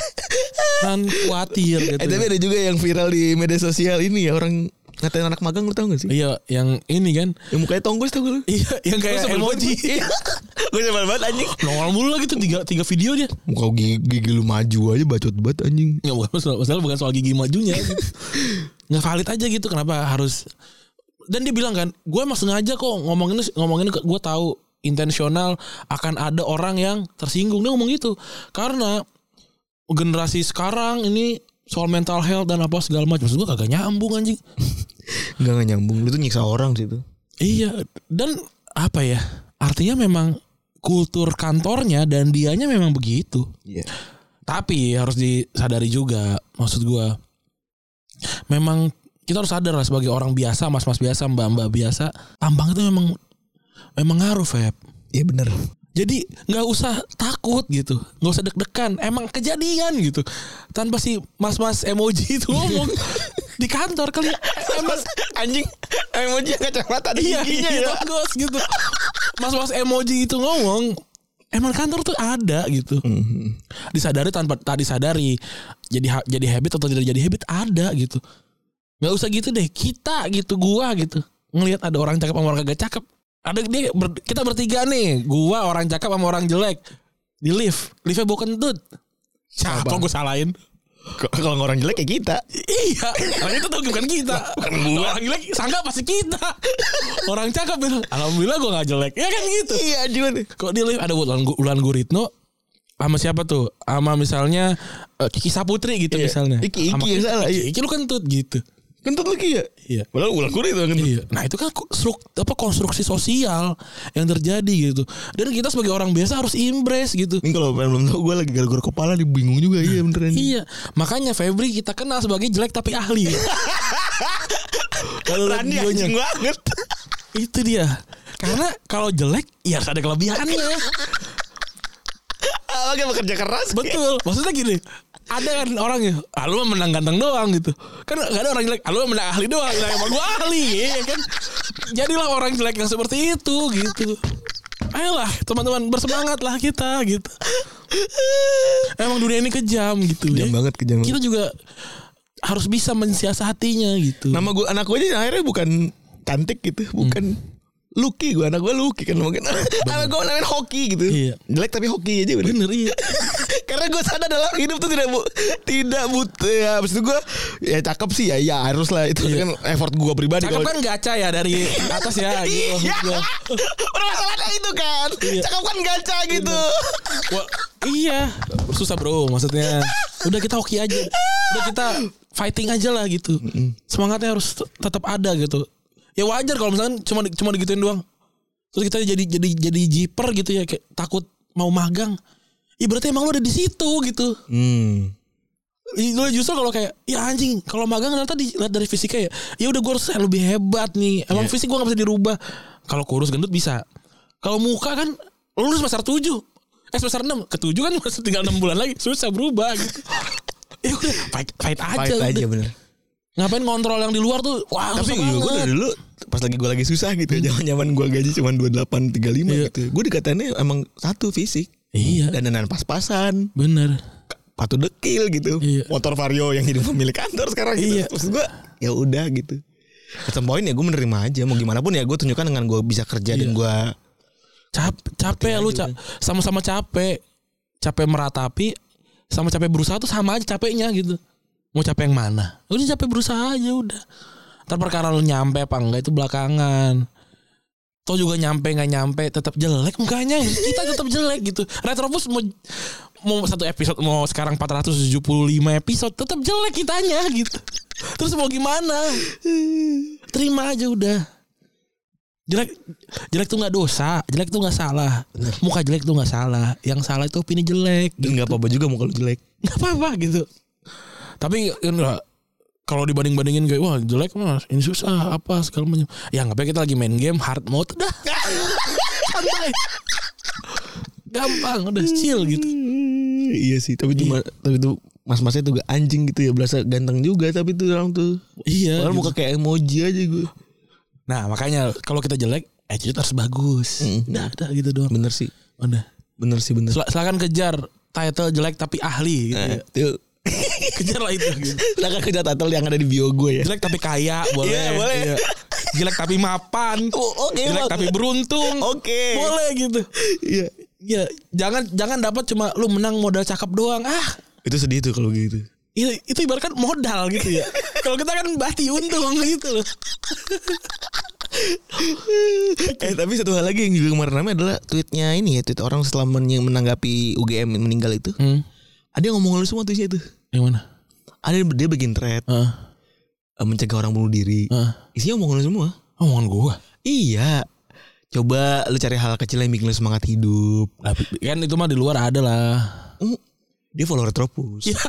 [SPEAKER 3] Kan khawatir gitu.
[SPEAKER 2] Eh tapi ada juga yang viral di media sosial ini ya orang ngatain anak magang lu tau gak sih?
[SPEAKER 3] Iya, yang ini kan.
[SPEAKER 2] Yang mukanya tonggos tau gak lu?
[SPEAKER 3] Iya, yang kayak
[SPEAKER 2] Gua sebel
[SPEAKER 3] emoji.
[SPEAKER 2] banget. Gue sebel banget anjing.
[SPEAKER 3] Nongol mulu lah gitu tiga tiga video dia.
[SPEAKER 2] Muka gigi, gigi lu maju aja bacot banget anjing.
[SPEAKER 3] Enggak bukan masalah, masalah bukan soal gigi majunya. Nggak valid aja gitu kenapa harus dan dia bilang kan, gue emang sengaja kok ngomongin ngomongin gue tahu intensional akan ada orang yang tersinggung dia ngomong gitu karena generasi sekarang ini soal mental health dan apa segala macam maksud gue kagak nyambung anjing
[SPEAKER 2] Enggak enggak nyambung. Lu tuh nyiksa orang sih itu.
[SPEAKER 3] Iya, dan apa ya? Artinya memang kultur kantornya dan dianya memang begitu.
[SPEAKER 2] Iya.
[SPEAKER 3] Tapi harus disadari juga, maksud gua memang kita harus sadar lah sebagai orang biasa, mas-mas biasa, mbak-mbak biasa, tampang itu memang memang ngaruh, Feb.
[SPEAKER 2] Iya bener.
[SPEAKER 3] Jadi nggak usah takut gitu, nggak usah deg-degan. Emang kejadian gitu. Tanpa si mas-mas emoji itu ngomong di kantor kali. Emang
[SPEAKER 2] anjing emoji yang kacamata ada
[SPEAKER 3] iya, iya, bagus gitu. Mas-mas emoji itu ngomong, emang kantor tuh ada gitu.
[SPEAKER 2] Mm-hmm.
[SPEAKER 3] Disadari tanpa tak disadari. Jadi ha- jadi habit atau tidak jadi habit ada gitu. Gak usah gitu deh, kita gitu, gua gitu. Ngelihat ada orang cakep sama orang kagak cakep. Ada dia ber- kita bertiga nih, gua orang cakep sama orang jelek. Di lift, liftnya bawa kentut. Siapa
[SPEAKER 2] Abang.
[SPEAKER 3] gua salahin?
[SPEAKER 2] Kalau orang jelek kayak kita.
[SPEAKER 3] Iya, orang itu tuh bukan kita. Orang jelek sangka pasti kita. Orang cakep bilang, alhamdulillah gue gak jelek. Ya kan gitu.
[SPEAKER 2] Iya anjing.
[SPEAKER 3] Kok di live ada Ulan, Ulan Guritno sama siapa tuh? Sama misalnya eh, Kiki Saputri gitu
[SPEAKER 2] Iya.
[SPEAKER 3] misalnya.
[SPEAKER 2] Iki- Iki
[SPEAKER 3] Sama
[SPEAKER 2] yang salah, iya.
[SPEAKER 3] Iki, Iki lu kentut gitu.
[SPEAKER 2] Kentut lagi ya?
[SPEAKER 3] Iya.
[SPEAKER 2] Padahal ulah kulit itu kentut.
[SPEAKER 3] Iya. Nah itu kan struk, apa konstruksi sosial yang terjadi gitu. Dan kita sebagai orang biasa harus embrace gitu.
[SPEAKER 2] Ini kalau belum tahu gue lagi gara-gara kepala nih bingung juga iya beneran.
[SPEAKER 3] Iya, makanya Febri kita kenal sebagai jelek tapi ahli. Kalau lihat
[SPEAKER 2] Rani
[SPEAKER 3] videonya.
[SPEAKER 2] anjing banget.
[SPEAKER 3] Itu dia. Karena kalau jelek ya harus ada kelebihannya.
[SPEAKER 2] Apalagi bekerja keras.
[SPEAKER 3] Betul. Maksudnya gini, ada kan orang ya, ah, lu mah menang ganteng doang gitu. Kan gak ada orang jelek, ah, lu mah menang ahli doang. Nah, emang gua ahli ya kan. Jadilah orang jelek yang seperti itu gitu. Ayolah teman-teman bersemangatlah kita gitu. Emang dunia ini kejam gitu.
[SPEAKER 2] Kejam
[SPEAKER 3] ya.
[SPEAKER 2] banget, kejam
[SPEAKER 3] Kita juga harus bisa mensiasatinya gitu.
[SPEAKER 2] Hmm. Nama gue anak gue aja akhirnya bukan cantik
[SPEAKER 3] Hmm.
[SPEAKER 2] gitu, bukan Lucky gue anak gue Lucky kan mungkin anak gue namanya hoki gitu
[SPEAKER 3] Iya.
[SPEAKER 2] jelek tapi hoki aja bener
[SPEAKER 3] bener iya.
[SPEAKER 2] karena gue sadar dalam hidup tuh tidak bu tidak butuh ya abis itu gue ya cakep sih ya ya harus lah itu
[SPEAKER 3] Iya.
[SPEAKER 2] kan effort gue pribadi
[SPEAKER 3] Cakep
[SPEAKER 2] kalau-
[SPEAKER 3] kan gaca ya dari atas ya gitu.
[SPEAKER 2] Iya.
[SPEAKER 3] Maksud gua.
[SPEAKER 2] Permasalahannya itu kan.
[SPEAKER 3] Iya.
[SPEAKER 2] Cakep kan gacha gitu.
[SPEAKER 3] Wa- iya, susah bro maksudnya. Udah kita hoki aja. Udah kita fighting aja lah gitu. Semangatnya harus te- tetap ada gitu. Ya wajar kalau misalkan cuma di- cuma digituin doang. Terus kita jadi jadi jadi jiper gitu ya kayak takut mau magang. Ya berarti emang lu ada di situ gitu.
[SPEAKER 2] Hmm.
[SPEAKER 3] Lu justru kalau kayak ya anjing kalau magang ternyata dilihat dari fisiknya ya ya udah gue harus lebih hebat nih
[SPEAKER 2] Iya.
[SPEAKER 3] emang fisik gue gak bisa dirubah kalau kurus gendut bisa kalau muka kan lu lulus semester 7 eh semester 6 ke 7 kan masih tinggal 6 bulan lagi susah berubah gitu ya udah fight, fight aja,
[SPEAKER 2] Pahit
[SPEAKER 3] udah.
[SPEAKER 2] aja bener.
[SPEAKER 3] ngapain kontrol yang di luar tuh wah
[SPEAKER 2] Tapi iya,
[SPEAKER 3] susah
[SPEAKER 2] gue
[SPEAKER 3] banget. Hmm.
[SPEAKER 2] dari dulu pas lagi gue lagi susah gitu, zaman zaman gue gaji cuma dua delapan tiga lima
[SPEAKER 3] Iya.
[SPEAKER 2] gitu. Gue dikatainnya emang satu fisik.
[SPEAKER 3] Iya.
[SPEAKER 2] Dandanan pas-pasan,
[SPEAKER 3] bener
[SPEAKER 2] patu dekil gitu.
[SPEAKER 3] Iya.
[SPEAKER 2] Motor Vario yang jadi pemilik kantor sekarang gitu.
[SPEAKER 3] Iya.
[SPEAKER 2] Maksud gue ya udah gitu. At some point ya gue menerima aja mau gimana pun ya gue tunjukkan dengan gue bisa kerja dan
[SPEAKER 3] Iya.
[SPEAKER 2] gue
[SPEAKER 3] Cap- capek lu ca- sama-sama capek capek meratapi sama capek berusaha tuh sama aja capeknya gitu mau capek yang mana udah capek berusaha aja udah ntar perkara lu nyampe apa enggak itu belakangan toh juga nyampe nggak nyampe tetap jelek mukanya kita tetap jelek gitu retrobus mau mau satu episode mau sekarang 475 episode tetap jelek kitanya gitu terus mau gimana terima aja udah jelek jelek tuh nggak dosa jelek tuh nggak salah muka jelek tuh nggak salah yang salah itu opini jelek
[SPEAKER 2] dan nggak apa-apa juga mau kalau jelek.
[SPEAKER 3] nggak apa-apa gitu tapi ya enggak kalau dibanding-bandingin kayak wah jelek mas ini susah apa segala macam ya nggak apa kita lagi main game hard mode udah santai gampang udah chill gitu
[SPEAKER 2] Hmm, iya sih, tapi cuma tapi tuh mas-masnya tuh gak anjing gitu ya berasa ganteng juga tapi tuh orang tuh
[SPEAKER 3] iya
[SPEAKER 2] Padahal
[SPEAKER 3] gitu.
[SPEAKER 2] muka kayak emoji aja gue
[SPEAKER 3] nah makanya kalau kita jelek attitude harus bagus
[SPEAKER 2] Mm.
[SPEAKER 3] udah udah gitu doang
[SPEAKER 2] Bener sih
[SPEAKER 3] udah
[SPEAKER 2] Bener sih bener
[SPEAKER 3] Sila- silakan kejar title jelek tapi ahli gitu ya.
[SPEAKER 2] Eh, tuh.
[SPEAKER 3] kejarlah itu gitu.
[SPEAKER 2] Silahkan kerja tatel kan yang ada di bio gue ya
[SPEAKER 3] jelek tapi kaya boleh,
[SPEAKER 2] Iya, boleh.
[SPEAKER 3] Iya. jelek tapi mapan
[SPEAKER 2] Oh, oke,
[SPEAKER 3] jelek
[SPEAKER 2] Bang.
[SPEAKER 3] tapi beruntung
[SPEAKER 2] Oke.
[SPEAKER 3] boleh gitu
[SPEAKER 2] Iya
[SPEAKER 3] ya jangan jangan dapat cuma lu menang modal cakep doang ah
[SPEAKER 2] Itu sedih tuh kalau gitu
[SPEAKER 3] itu, itu ibaratkan modal gitu ya kalau kita kan bati untung gitu loh
[SPEAKER 2] Eh tapi satu hal lagi yang juga kemarin ramai adalah Tweetnya ini ya Tweet orang setelah men- yang menanggapi UGM yang meninggal itu Ada yang ngomong lu semua tweetnya itu
[SPEAKER 3] Hmm, yang mana
[SPEAKER 2] Ada yang- dia bikin thread
[SPEAKER 3] Heeh.
[SPEAKER 2] eh, Mencegah orang bunuh diri
[SPEAKER 3] Heeh.
[SPEAKER 2] Isinya ngomong lu semua
[SPEAKER 3] omongan gua
[SPEAKER 2] Iya Coba lu cari hal kecil yang bikin lu semangat hidup
[SPEAKER 3] kan itu mah di luar ada lah
[SPEAKER 2] Mm. Dia follower Retropus Ya,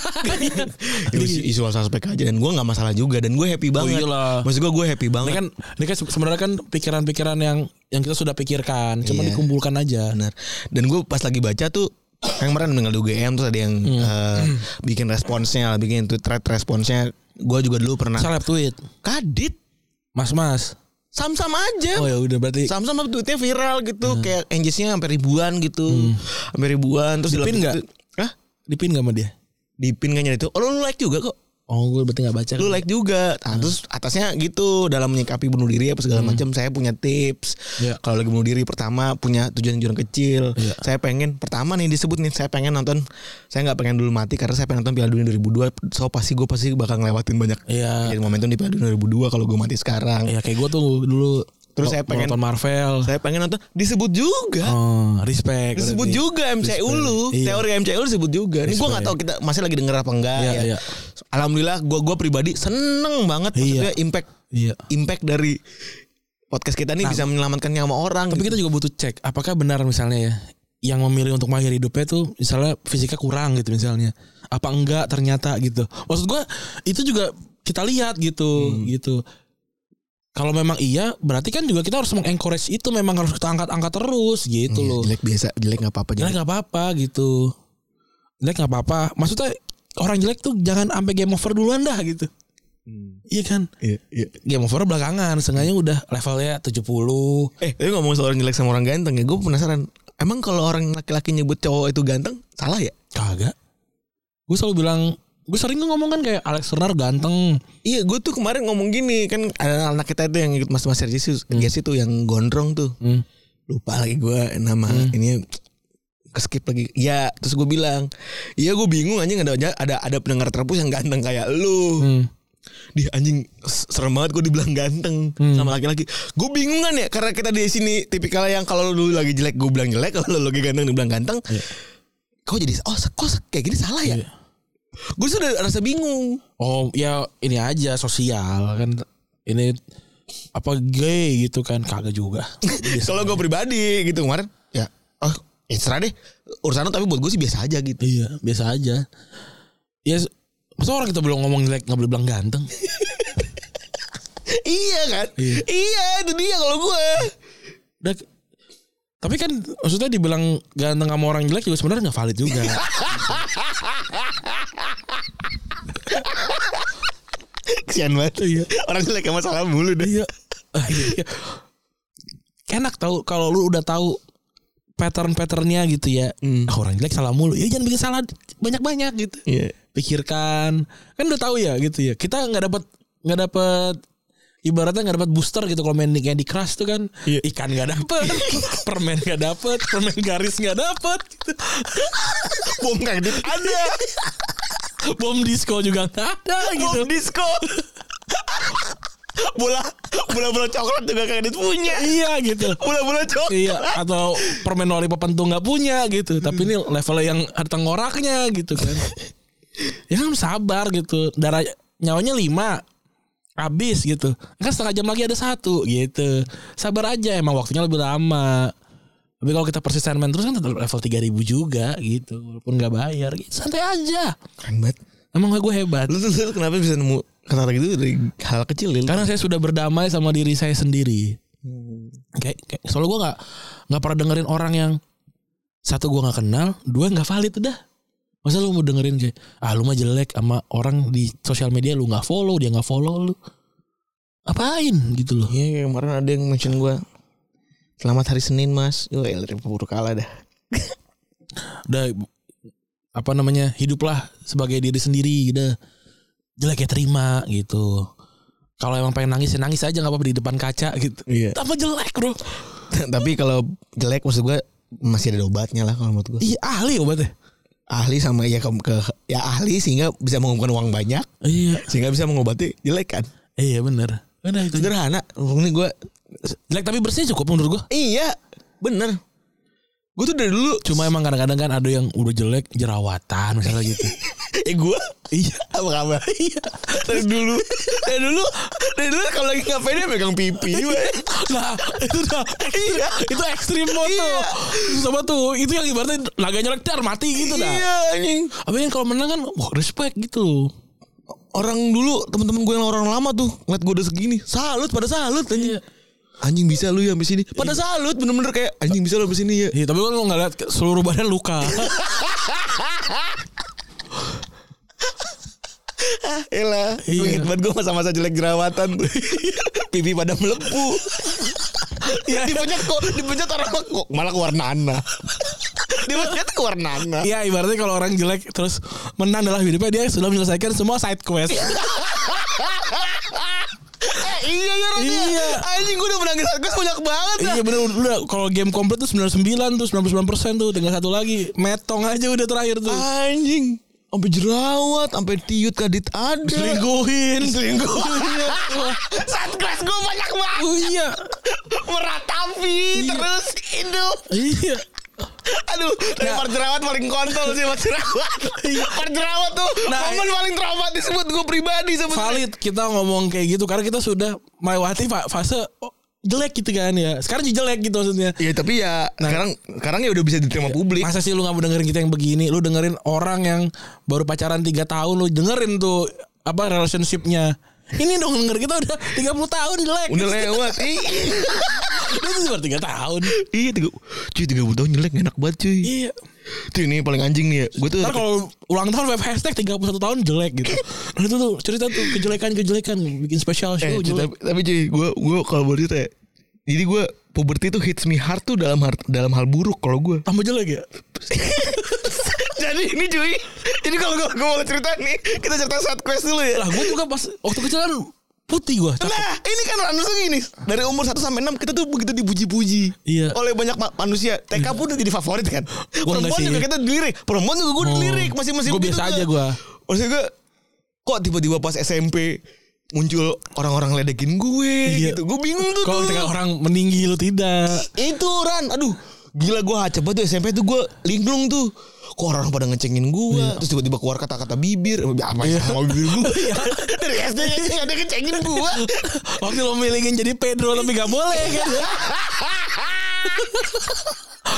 [SPEAKER 2] isu, isu suspek aja Dan gue gak masalah juga Dan gue happy banget
[SPEAKER 3] iyalah.
[SPEAKER 2] Maksud gue gue happy
[SPEAKER 3] ini
[SPEAKER 2] banget
[SPEAKER 3] kan ini kan se- sebenarnya kan pikiran-pikiran yang yang kita sudah pikirkan cuma
[SPEAKER 2] Iya.
[SPEAKER 3] dikumpulkan aja
[SPEAKER 2] Benar. Dan gue pas lagi baca tuh yang kemarin dengan UGM terus ada yang
[SPEAKER 3] Hmm.
[SPEAKER 2] eh, bikin responsnya, bikin tweet thread responsnya. Gue juga dulu pernah.
[SPEAKER 3] salep tweet
[SPEAKER 2] Kadit,
[SPEAKER 3] mas mas
[SPEAKER 2] sam-sam aja.
[SPEAKER 3] oh Hmm. ya udah berarti
[SPEAKER 2] Sam-sam apa tweetnya viral gitu, kayak engagesnya sampai ribuan gitu, sampai ribuan terus
[SPEAKER 3] Hmm. Dipin
[SPEAKER 2] dalam-
[SPEAKER 3] nggak?
[SPEAKER 2] Hah?
[SPEAKER 3] dipin gak sama dia
[SPEAKER 2] Dipin kayaknya itu. Oh lu like juga kok.
[SPEAKER 3] oh gue berarti gak baca
[SPEAKER 2] Lu like juga. Nah, terus atasnya gitu dalam menyikapi bunuh diri apa segala macam. Saya punya tips.
[SPEAKER 3] Iya.
[SPEAKER 2] Kalau lagi bunuh diri pertama punya tujuan-tujuan kecil.
[SPEAKER 3] Iya.
[SPEAKER 2] Saya pengen pertama nih disebut nih saya pengen nonton saya nggak pengen dulu mati karena saya pengen nonton Piala Dunia 2002. So pasti gue pasti bakal ngelewatin banyak
[SPEAKER 3] Iya.
[SPEAKER 2] jadi momentum di Piala Dunia 2002 kalau gue mati sekarang.
[SPEAKER 3] Ya kayak gue tuh dulu
[SPEAKER 2] Terus
[SPEAKER 3] mau-
[SPEAKER 2] saya
[SPEAKER 3] mau
[SPEAKER 2] pengen-
[SPEAKER 3] nonton Marvel.
[SPEAKER 2] Saya pengen nonton disebut juga.
[SPEAKER 3] Oh, respect.
[SPEAKER 2] Disebut
[SPEAKER 3] berarti.
[SPEAKER 2] juga MCU lu,
[SPEAKER 3] Iya.
[SPEAKER 2] teori MCU lu disebut juga. Ini gue
[SPEAKER 3] Respect.
[SPEAKER 2] nggak tahu kita masih lagi denger apa enggak
[SPEAKER 3] Iya,
[SPEAKER 2] ya.
[SPEAKER 3] iya.
[SPEAKER 2] Alhamdulillah gue gua pribadi seneng banget maksudnya impact
[SPEAKER 3] Iya.
[SPEAKER 2] impact dari podcast kita nih bisa menyelamatkan nyawa orang.
[SPEAKER 3] Tapi
[SPEAKER 2] gitu.
[SPEAKER 3] kita juga butuh cek apakah benar misalnya ya yang memilih untuk mengakhiri hidupnya tuh misalnya fisika kurang gitu misalnya. Apa enggak ternyata gitu. Maksud gue itu juga kita lihat gitu gitu. Kalau memang iya, berarti kan juga kita harus mengencourage itu memang harus kita angkat-angkat terus gitu
[SPEAKER 2] Iya,
[SPEAKER 3] loh.
[SPEAKER 2] jelek biasa, jelek nggak apa-apa.
[SPEAKER 3] jelek
[SPEAKER 2] Jelek.
[SPEAKER 3] nggak apa-apa gitu jelek nggak apa-apa maksudnya orang jelek tuh jangan sampai game over duluan dah gitu iya kan
[SPEAKER 2] Iya, iya.
[SPEAKER 3] game over belakangan sengaja udah levelnya 70
[SPEAKER 2] Eh, tapi ngomong soal orang jelek sama orang ganteng ya, gue penasaran. Emang kalau orang laki-laki nyebut cowok itu ganteng, salah ya?
[SPEAKER 3] kagak gue selalu bilang gue sering tuh ngomong kan kayak Alex Turner ganteng
[SPEAKER 2] Iya, gue tuh kemarin ngomong gini kan ada anak kita itu yang ikut mas mas Jesse, Jesse tuh yang gondrong tuh.
[SPEAKER 3] Hmm.
[SPEAKER 2] Lupa lagi gue nama ini keskip lagi. Ya, terus gue bilang, iya gue bingung anjing ada ada ada pendengar terpus yang ganteng kayak lu.
[SPEAKER 3] Hmm.
[SPEAKER 2] di anjing s- serem banget gue dibilang ganteng
[SPEAKER 3] Hmm.
[SPEAKER 2] sama laki-laki gue bingung kan ya karena kita di sini tipikalnya yang kalau lu lagi jelek gue bilang jelek kalau lu lagi ganteng dibilang ganteng kok jadi oh se- kok se- kayak gini salah ya
[SPEAKER 3] Iya.
[SPEAKER 2] gue sudah rasa bingung
[SPEAKER 3] Oh ya ini aja sosial kan ini apa gay gitu kan kagak juga. Iya,
[SPEAKER 2] kalau gue pribadi gitu kemarin ya oh ya serah deh urusan lu, tapi buat gue sih biasa aja gitu
[SPEAKER 3] iya biasa aja. Ya s- masa orang kita belum ngomong jelek nggak boleh bilang ganteng.
[SPEAKER 2] iya kan
[SPEAKER 3] Iya.
[SPEAKER 2] iya itu dia kalau gue
[SPEAKER 3] Udah, tapi kan maksudnya dibilang ganteng sama orang jelek juga sebenarnya nggak valid juga.
[SPEAKER 2] kesian banget
[SPEAKER 3] Iya.
[SPEAKER 2] orang jelek yang masalah mulu deh
[SPEAKER 3] Iya. Enak tahu kalau lu udah tahu pattern-patternnya gitu ya.
[SPEAKER 2] Hmm.
[SPEAKER 3] Ah, orang jelek salah mulu. Ya jangan bikin salah banyak-banyak gitu.
[SPEAKER 2] iya
[SPEAKER 3] Pikirkan. Kan udah tahu ya gitu ya. Kita nggak dapat nggak dapat ibaratnya nggak dapat booster gitu kalau main Candy Crush tuh kan
[SPEAKER 2] Iya.
[SPEAKER 3] ikan nggak dapet permen nggak dapet permen garis nggak dapet gitu.
[SPEAKER 2] bom kredit ada
[SPEAKER 3] bom disco juga nggak ada gitu
[SPEAKER 2] bom disco bola bola bola coklat juga kredit punya
[SPEAKER 3] iya gitu
[SPEAKER 2] bola bola coklat
[SPEAKER 3] Iya atau permen lollipop pentung nggak punya gitu tapi ini levelnya yang ada tengoraknya gitu kan ya kan sabar gitu darah nyawanya lima habis gitu kan setengah jam lagi ada satu gitu sabar aja emang waktunya lebih lama tapi kalau kita persisten main terus kan tetap level 3000 juga gitu walaupun nggak bayar gitu santai aja
[SPEAKER 2] keren banget
[SPEAKER 3] emang gue hebat
[SPEAKER 2] lu tuh lu kenapa bisa nemu kata gitu dari hal kecil ya?
[SPEAKER 3] karena saya sudah berdamai sama diri saya sendiri
[SPEAKER 2] Hmm,
[SPEAKER 3] kayak, kayak soalnya gue nggak nggak pernah dengerin orang yang satu gue nggak kenal dua nggak valid udah masa lu mau dengerin kayak ah lu mah jelek sama orang di sosial media lu nggak follow dia nggak follow lu apain gitu loh
[SPEAKER 2] Iya kayak kemarin ada yang mention gue Selamat hari Senin mas Yo elir buruk kalah dah
[SPEAKER 3] udah apa namanya hiduplah sebagai diri sendiri udah jelek ya terima gitu kalau emang pengen nangis ya nangis aja nggak apa-apa di depan kaca gitu
[SPEAKER 2] Iya
[SPEAKER 3] apa jelek bro
[SPEAKER 2] Tapi kalau jelek maksud gue Masih ada obatnya lah kalau menurut gue
[SPEAKER 3] iya ahli obatnya
[SPEAKER 2] Ahli sama ya ke, ke- Ya ahli sehingga bisa mengumpulkan uang banyak
[SPEAKER 3] iya
[SPEAKER 2] Sehingga bisa mengobati jelek kan
[SPEAKER 3] iya bener bener itu
[SPEAKER 2] Sederhana Ini gue
[SPEAKER 3] jelek tapi bersih cukup menurut gue
[SPEAKER 2] Iya Bener Gue tuh dari dulu
[SPEAKER 3] Cuma emang kadang-kadang kan ada yang udah jelek jerawatan misalnya gitu.
[SPEAKER 2] Eh gue
[SPEAKER 3] iya.
[SPEAKER 2] Apa kabar
[SPEAKER 3] Iya.
[SPEAKER 2] Dari dulu Dari dulu Dari dulu kalau lagi ngapain dia megang pipi weh.
[SPEAKER 3] Nah, itu udah
[SPEAKER 2] Iya
[SPEAKER 3] itu ekstrim banget tuh.
[SPEAKER 2] Iya.
[SPEAKER 3] Sama tuh, itu yang ibaratnya laga nyelek dar mati gitu dah.
[SPEAKER 2] Iya anjing
[SPEAKER 3] Tapi yang kalau menang kan wah respect gitu loh.
[SPEAKER 2] orang dulu teman-teman gue yang orang lama tuh ngeliat gue udah segini salut pada salut anjing
[SPEAKER 3] Iya.
[SPEAKER 2] anjing bisa lu ya sampai sini pada salut bener-bener kayak anjing bisa lu sampai sini ya
[SPEAKER 3] Iya, tapi kan lo nggak lihat seluruh badan luka.
[SPEAKER 2] elah
[SPEAKER 3] Iya.
[SPEAKER 2] inget banget gue masa-masa jelek jerawatan pipi pada melepu ya,
[SPEAKER 3] Iya.
[SPEAKER 2] dipencet kok dipencet orang mah kok malah keluar nana dipencet keluar nana
[SPEAKER 3] Iya, ibaratnya kalau orang jelek terus menang dalam hidupnya dia sudah menyelesaikan semua side quest.
[SPEAKER 2] Iya, Eh, iya ya Ron, ya.
[SPEAKER 3] Iya.
[SPEAKER 2] anjing gue udah menangis sarkas banyak banget ya
[SPEAKER 3] Iya bener udah kalau game komplit tuh 99 tuh 99% tuh tinggal satu lagi metong aja udah terakhir tuh.
[SPEAKER 2] anjing sampai jerawat sampai tiut kadit ada
[SPEAKER 3] Selingkuhin.
[SPEAKER 2] selingkuh
[SPEAKER 3] Wah,
[SPEAKER 2] saat kelas gue banyak banget
[SPEAKER 3] Oh iya.
[SPEAKER 2] meratapi
[SPEAKER 3] Iya.
[SPEAKER 2] terus hidup
[SPEAKER 3] Iya.
[SPEAKER 2] aduh dari
[SPEAKER 3] Nah.
[SPEAKER 2] perjerawat paling kontol sih perjerawat perjerawat tuh
[SPEAKER 3] Nah,
[SPEAKER 2] momen paling traumatis buat gue pribadi sebenarnya
[SPEAKER 3] Valid kita ngomong kayak gitu karena kita sudah melewati fa- fase oh, jelek gitu kan ya. Sekarang juga jelek gitu maksudnya.
[SPEAKER 2] ya tapi ya sekarang sekarang ya udah bisa diterima publik
[SPEAKER 3] Masa sih lu gak mau dengerin kita yang begini? Lu dengerin orang yang baru pacaran 3 tahun lu dengerin tuh apa relationshipnya. Ini dong denger kita udah 30 tahun jelek.
[SPEAKER 2] udah lewat Ih.
[SPEAKER 3] Lu tuh baru 3 tahun.
[SPEAKER 2] iya tiga cuy tiga puluh tahun jelek enak banget cuy
[SPEAKER 3] Iya.
[SPEAKER 2] tuh ini paling anjing nih ya gue tuh
[SPEAKER 3] Ntar kalau ulang tahun web hashtag 31 tahun jelek gitu. Nah itu tuh cerita tuh kejelekan-kejelekan bikin special show
[SPEAKER 2] Eh, cuy,
[SPEAKER 3] jelek.
[SPEAKER 2] tapi, tapi cuy gue gue kalau boleh cerita ya jadi gue puberti tuh hits me hard tuh dalam har- dalam hal buruk kalau gue
[SPEAKER 3] Tambah jelek ya?
[SPEAKER 2] Jadi ini cuy Jadi kalau gue mau cerita nih Kita cerita saat quest dulu ya
[SPEAKER 3] Lah gue juga pas waktu kecil kan putih gue.
[SPEAKER 2] Nah ini kan langsung ini Dari umur 1 sampai 6 Kita tuh begitu dipuji-puji
[SPEAKER 3] Iya.
[SPEAKER 2] Oleh banyak ma- manusia TK pun udah jadi favorit kan
[SPEAKER 3] Gua enggak
[SPEAKER 2] Perempuan
[SPEAKER 3] sih.
[SPEAKER 2] juga kita dilirik Perempuan juga gue
[SPEAKER 3] Oh.
[SPEAKER 2] dilirik Masih-masih
[SPEAKER 3] Gua biasa aja gua.
[SPEAKER 2] Maksud gue Kok tiba-tiba pas SMP Muncul orang-orang ledekin gue
[SPEAKER 3] Iya.
[SPEAKER 2] gitu Gue bingung tuh dulu.
[SPEAKER 3] Kalau ketika orang meninggi lu tidak.
[SPEAKER 2] Itu Ran Aduh Gila gue acep banget tuh SMP tuh gue linglung tuh kok orang pada ngecengin gua
[SPEAKER 3] Iya.
[SPEAKER 2] terus tiba-tiba keluar kata-kata bibir apa yang sama bibir gua dari SD ngeceng- ada ngecengin gua
[SPEAKER 3] Waktu lo milingin jadi Pedro tapi gak boleh kan.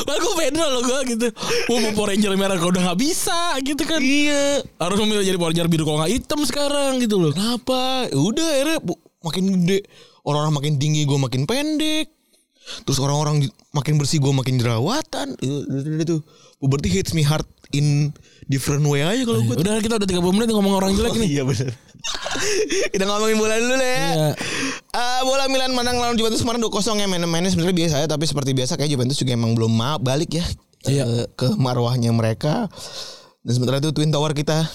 [SPEAKER 3] Padahal gue Pedro lo gue gitu. Gua mau Power Ranger merah kok udah gak bisa gitu kan.
[SPEAKER 2] iya
[SPEAKER 3] Harus memilih jadi Power Ranger biru kalau gak hitam sekarang gitu loh.
[SPEAKER 2] kenapa Ya udah akhirnya bu- makin gede orang-orang makin tinggi gua makin pendek terus orang-orang di- makin bersih gua makin jerawatan Ya, itu berarti hits me hard in different way aja kalau gua
[SPEAKER 3] Udah kita udah 30 menit ngomong orang jelek nih.
[SPEAKER 2] Iya benar. Kita ngomongin bola dulu deh.
[SPEAKER 3] Iya.
[SPEAKER 2] ya Eh, bola Milan menang lawan Juventus kemarin 2-0 ya mainnya sebenarnya biasa ya tapi seperti biasa kayak Juventus juga emang belum ma- balik ya eh,
[SPEAKER 3] Iya.
[SPEAKER 2] ke marwahnya mereka. Dan sementara itu Twin Tower kita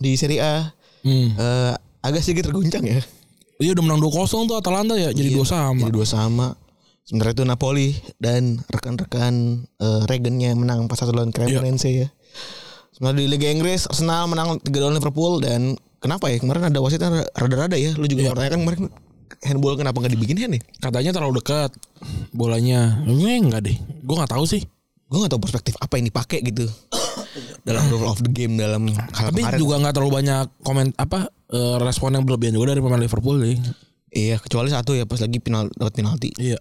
[SPEAKER 2] di Serie A
[SPEAKER 3] Hmm.
[SPEAKER 2] eh, agak sedikit terguncang ya.
[SPEAKER 3] Iya udah menang 2-0 tuh Atalanta ya jadi dua sama.
[SPEAKER 2] Iya, Jadi dua sama. Sementara itu Napoli dan rekan-rekan eh, Regennya menang 4-1 lawan
[SPEAKER 3] Iya.
[SPEAKER 2] Cremonense ya. Sementara di Liga Inggris Arsenal menang 3 lawan Liverpool dan kenapa ya kemarin ada wasitnya rada-rada ya. Lu
[SPEAKER 3] Iya.
[SPEAKER 2] juga mempertanyakan kemarin handball kenapa nggak dibikin hand ya?
[SPEAKER 3] Katanya terlalu dekat bolanya. Gue enggak deh. Gue nggak tahu sih.
[SPEAKER 2] Gue nggak tahu perspektif apa yang dipakai gitu dalam rule of the game dalam hal
[SPEAKER 3] Tapi
[SPEAKER 2] Nah, kemarin.
[SPEAKER 3] juga nggak terlalu banyak komen apa eh, respon yang berlebihan juga dari pemain Liverpool sih.
[SPEAKER 2] Iya kecuali satu ya pas lagi penal dapat penalti.
[SPEAKER 3] Iya.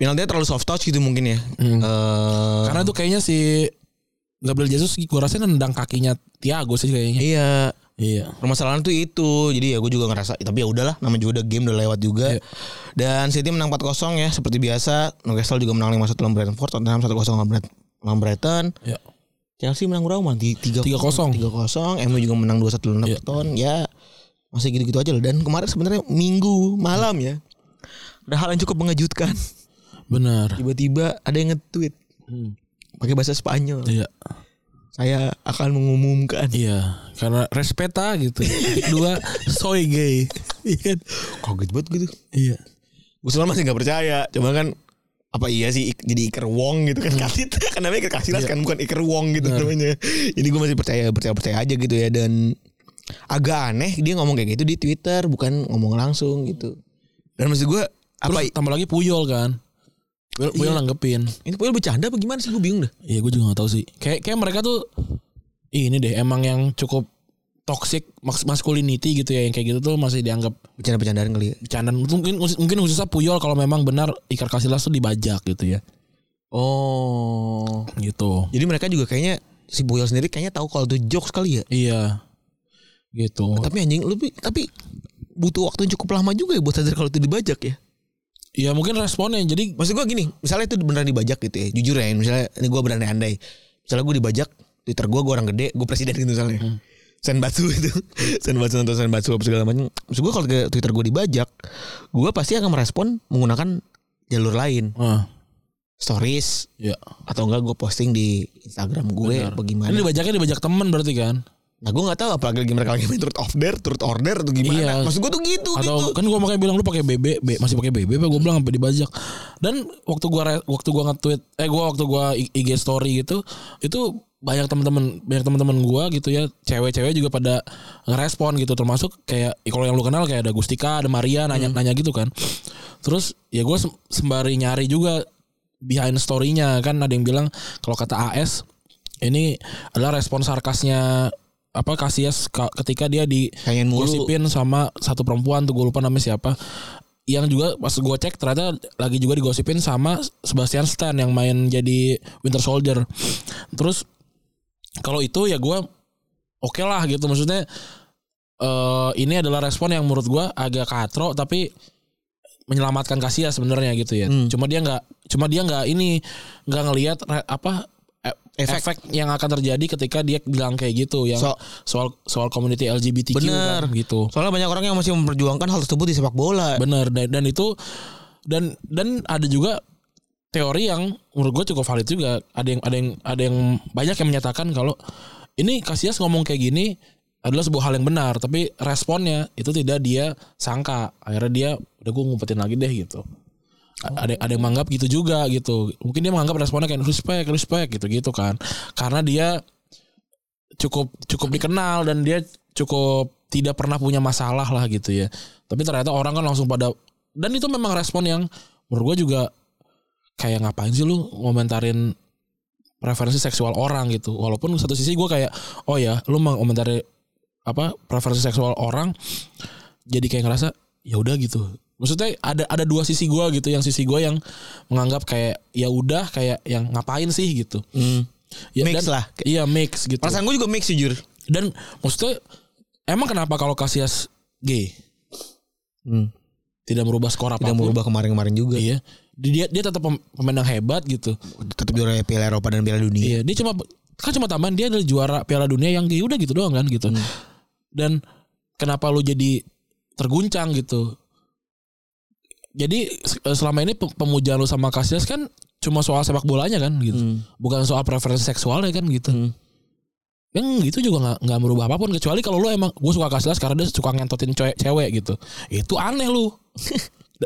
[SPEAKER 2] Penaltinya terlalu soft touch gitu mungkin ya.
[SPEAKER 3] Hmm.
[SPEAKER 2] Eh,
[SPEAKER 3] Karena tuh kayaknya si Gabriel Jesus gue rasa nendang kakinya Thiago sih kayaknya.
[SPEAKER 2] iya
[SPEAKER 3] Iya.
[SPEAKER 2] permasalahan tuh itu jadi ya gue juga ngerasa tapi ya udahlah namanya juga udah game udah lewat juga
[SPEAKER 3] Iya.
[SPEAKER 2] dan City menang 4-0 ya seperti biasa Newcastle juga menang 5-1 lawan Brentford Tottenham 1-0 lawan Brent- lawan Brighton
[SPEAKER 3] Iya.
[SPEAKER 2] Chelsea menang berapa man? 3-0
[SPEAKER 3] 3-0.
[SPEAKER 2] 3-0 MU juga menang 2-1 lawan
[SPEAKER 3] Iya.
[SPEAKER 2] Everton ya masih gitu-gitu aja loh dan kemarin sebenarnya minggu malam ya ada hal yang cukup mengejutkan
[SPEAKER 3] Benar.
[SPEAKER 2] tiba-tiba ada yang nge-tweet
[SPEAKER 3] Hmm.
[SPEAKER 2] pakai bahasa Spanyol
[SPEAKER 3] Iya.
[SPEAKER 2] saya akan mengumumkan
[SPEAKER 3] Iya. Karena respeta gitu. Dua soy gay. Iya. kan?
[SPEAKER 2] kaget banget gitu
[SPEAKER 3] Iya.
[SPEAKER 2] Gue sebenarnya masih gak percaya Cuma kan apa iya sih ik- jadi Iker Wong gitu kan Kasit kan namanya Iker Casillas kan bukan Iker Wong gitu namanya jadi gue masih percaya percaya percaya aja gitu ya dan agak aneh dia ngomong kayak gitu di Twitter bukan ngomong langsung gitu dan maksud gue apa
[SPEAKER 3] Terus tambah lagi Puyol kan. Puyol,
[SPEAKER 2] Iya.
[SPEAKER 3] Puyol nanggepin.
[SPEAKER 2] ini pokoknya bercanda apa gimana sih gue bingung dah
[SPEAKER 3] Iya gue juga gak tahu sih. Kayak kayak mereka tuh ini deh emang yang cukup toxic mas- masculinity gitu ya yang kayak gitu tuh masih dianggap
[SPEAKER 2] bercanda bercandaan kali ya
[SPEAKER 3] bercandaan mungkin mungkin khususnya Puyol kalau memang benar Iker Casillas tuh dibajak gitu ya
[SPEAKER 2] oh
[SPEAKER 3] gitu
[SPEAKER 2] jadi mereka juga kayaknya si Boyol sendiri kayaknya tahu kalau itu jokes kali ya
[SPEAKER 3] iya gitu
[SPEAKER 2] tapi anjing lu bi- tapi butuh waktu yang cukup lama juga ya buat sadar kalau itu dibajak ya
[SPEAKER 3] ya mungkin responnya jadi
[SPEAKER 2] Maksud gue gini, misalnya itu beneran dibajak gitu ya. Jujur ya, misalnya ini gue berandai-andai. Misalnya gue dibajak, Twitter gue, gue orang gede, gue presiden gitu misalnya.
[SPEAKER 3] Hmm.
[SPEAKER 2] Sen Batsu itu. Sen Batsu nonton Sen Batsu apa segala macam. Maksud gue kalau ke Twitter gue dibajak, gue pasti akan merespon menggunakan jalur lain.
[SPEAKER 3] ah
[SPEAKER 2] Stories,
[SPEAKER 3] ya
[SPEAKER 2] atau enggak gue posting di Instagram gue,
[SPEAKER 3] Benar.
[SPEAKER 2] apa gimana.
[SPEAKER 3] ini dibajaknya dibajak temen berarti kan
[SPEAKER 2] Nah gue gak tahu apalagi lagi mereka lagi main truth of dare, truth order atau gimana.
[SPEAKER 3] Iya.
[SPEAKER 2] Maksud gue tuh gitu, gitu.
[SPEAKER 3] atau kan gua makanya bilang lu pakai BB B- masih pakai BB apa gue bilang sampai dibajak dan waktu gua re- waktu gua nge-tweet eh gua waktu gua I- IG story gitu itu banyak teman-teman banyak teman-teman gua gitu ya cewek-cewek juga pada ngerespon gitu termasuk kayak eh, kalau yang lu kenal kayak ada Gustika ada Maria nanya-nanya gitu kan terus ya gua sem- sembari nyari juga behind story-nya kan ada yang bilang kalau kata AS ini adalah respon sarkasnya apa Kasias ka- ketika dia di
[SPEAKER 2] Pengen mulu.
[SPEAKER 3] gosipin sama satu perempuan tuh gue lupa namanya siapa yang juga pas gue cek ternyata lagi juga digosipin sama Sebastian Stan yang main jadi Winter Soldier terus kalau itu ya gue oke lah gitu maksudnya eh ini adalah respon yang menurut gue agak katro tapi menyelamatkan Kasia sebenarnya gitu ya
[SPEAKER 2] Hmm.
[SPEAKER 3] cuma dia nggak cuma dia nggak ini nggak ngelihat re- apa e- efek. yang akan terjadi ketika dia bilang kayak gitu yang
[SPEAKER 2] So-
[SPEAKER 3] soal soal community LGBTQ
[SPEAKER 2] Bener.
[SPEAKER 3] kan, gitu
[SPEAKER 2] Soalnya banyak orang yang masih memperjuangkan hal tersebut di sepak bola.
[SPEAKER 3] Bener dan, dan itu dan dan ada juga teori yang menurut gue cukup valid juga. Ada yang ada yang ada yang banyak yang menyatakan kalau ini Kasias ngomong kayak gini adalah sebuah hal yang benar, tapi responnya itu tidak dia sangka. Akhirnya dia udah gue ngumpetin lagi deh gitu. A- Ada ada yang menganggap gitu juga gitu. Mungkin dia menganggap responnya kayak respect, respect gitu gitu kan. Karena dia cukup cukup dikenal dan dia cukup tidak pernah punya masalah lah gitu ya. Tapi ternyata orang kan langsung pada dan itu memang respon yang menurut gue juga kayak ngapain sih lu ngomentarin preferensi seksual orang gitu. Walaupun satu sisi gue kayak oh ya lu mengomentari apa preferensi seksual orang jadi kayak ngerasa ya udah gitu. Maksudnya ada ada dua sisi gue gitu, yang sisi gue yang menganggap kayak ya udah kayak yang ngapain sih gitu.
[SPEAKER 2] Hmm.
[SPEAKER 3] Ya,
[SPEAKER 2] Mix lah.
[SPEAKER 3] Iya mix gitu.
[SPEAKER 2] Perasaan gue juga mix jujur.
[SPEAKER 3] Dan maksudnya emang kenapa kalau Casillas gay
[SPEAKER 2] Hmm.
[SPEAKER 3] tidak merubah skor apa
[SPEAKER 2] Tidak merubah kemarin-kemarin juga.
[SPEAKER 3] Iya. Dia dia tetap pem- pemain yang hebat gitu.
[SPEAKER 2] Tetap juara Piala Eropa dan Piala Dunia.
[SPEAKER 3] Iya, dia cuma kan cuma tambahan dia adalah juara Piala Dunia yang ya udah gitu doang kan gitu.
[SPEAKER 2] Hmm.
[SPEAKER 3] Dan kenapa lu jadi terguncang gitu? Jadi se- selama ini pe- pemujaan lu sama Casillas kan cuma soal sepak bolanya kan gitu.
[SPEAKER 2] Hmm.
[SPEAKER 3] Bukan soal preferensi seksualnya kan gitu.
[SPEAKER 2] Hmm.
[SPEAKER 3] Yang gitu juga nggak nggak merubah apapun kecuali kalau lu emang gue suka Casillas karena dia suka ngentotin cewek, cewek gitu. Itu aneh lu.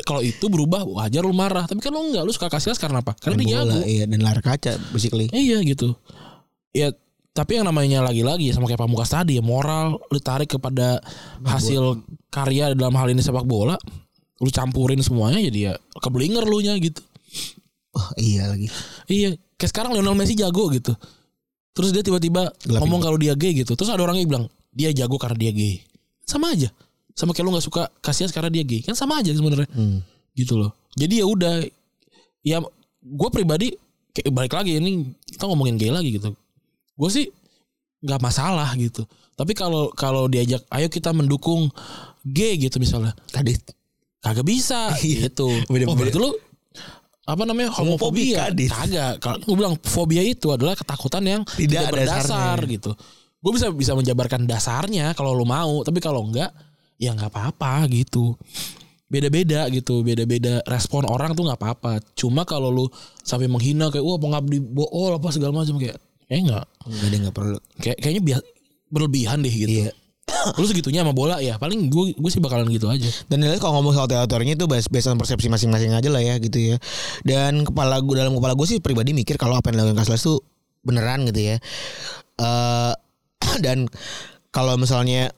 [SPEAKER 3] kalau itu berubah wajar lu marah. Tapi kan lu enggak lu suka Casillas karena apa? Karena dia jago.
[SPEAKER 2] Bola, iya dan layar kaca basically.
[SPEAKER 3] Iya gitu. Ya tapi yang namanya lagi-lagi sama kayak Pamungkas tadi ya moral lu tarik kepada hasil karya dalam hal ini sepak bola lu campurin semuanya jadi ya keblinger lu nya gitu.
[SPEAKER 2] Wah, iya lagi.
[SPEAKER 3] Iya, kayak sekarang Lionel Messi jago gitu. Terus dia tiba-tiba
[SPEAKER 2] Gelapin.
[SPEAKER 3] ngomong kalau dia gay gitu. Terus ada orang yang bilang dia jago karena dia gay. Sama aja. Sama kayak lu nggak suka kasihan karena dia gay. Kan sama aja sebenarnya
[SPEAKER 2] Hmm.
[SPEAKER 3] gitu loh. Jadi ya udah ya gue pribadi kayak balik lagi ini kita ngomongin gay lagi gitu. Gue sih nggak masalah gitu. Tapi kalau kalau diajak ayo kita mendukung gay gitu misalnya
[SPEAKER 2] Tadi
[SPEAKER 3] kagak bisa
[SPEAKER 2] Iya.
[SPEAKER 3] gitu.
[SPEAKER 2] Beda-
[SPEAKER 3] oh, berarti
[SPEAKER 2] beda.
[SPEAKER 3] lu apa namanya
[SPEAKER 2] Homofobia,
[SPEAKER 3] homofobia
[SPEAKER 2] Kadit.
[SPEAKER 3] kagak kalau gue bilang fobia itu adalah ketakutan yang
[SPEAKER 2] Tidak
[SPEAKER 3] tidak,
[SPEAKER 2] ada
[SPEAKER 3] berdasar
[SPEAKER 2] dasarnya.
[SPEAKER 3] gitu gue bisa bisa menjabarkan dasarnya kalau lu mau tapi kalau enggak ya nggak apa-apa gitu beda-beda gitu beda-beda respon orang tuh nggak apa-apa cuma kalau lu sampai menghina kayak wah pengabdi bool apa segala macam kayak eh enggak
[SPEAKER 2] enggak ada enggak perlu.
[SPEAKER 3] kayak kayaknya bias berlebihan deh gitu
[SPEAKER 2] Iya.
[SPEAKER 3] lu segitunya sama bola ya paling gue gue sih bakalan gitu aja
[SPEAKER 2] Dan nilai kalau ngomong soal teaternya itu based, based on persepsi masing-masing aja lah ya gitu ya. Dan kepala gue dalam kepala gue sih pribadi mikir kalau apa yang dilakukan Casillas tuh beneran gitu ya. Eh dan kalau misalnya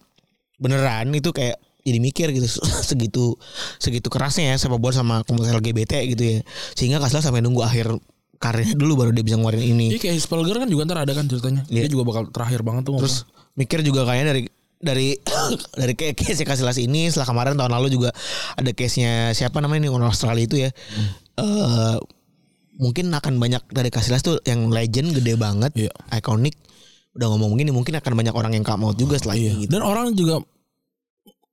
[SPEAKER 2] beneran itu kayak jadi mikir gitu segitu segitu kerasnya ya sepak bola sama komunitas LGBT gitu ya. Sehingga Casillas sampai nunggu akhir karirnya dulu baru dia bisa ngeluarin ini.
[SPEAKER 3] Iya kayak Hispelger kan juga ntar ada kan ceritanya.
[SPEAKER 2] Iya.
[SPEAKER 3] Dia juga bakal terakhir banget tuh.
[SPEAKER 2] Terus mikir juga kayaknya dari dari dari kayak case Casillas ini setelah kemarin tahun lalu juga ada case-nya siapa namanya nih orang Australia itu ya.
[SPEAKER 3] Hmm.
[SPEAKER 2] Eh, mungkin akan banyak dari Casillas tuh yang legend gede banget,
[SPEAKER 3] Iya.
[SPEAKER 2] ikonik. Udah ngomong begini mungkin akan banyak orang yang come out juga setelah
[SPEAKER 3] Iya.
[SPEAKER 2] ini gitu.
[SPEAKER 3] Dan orang juga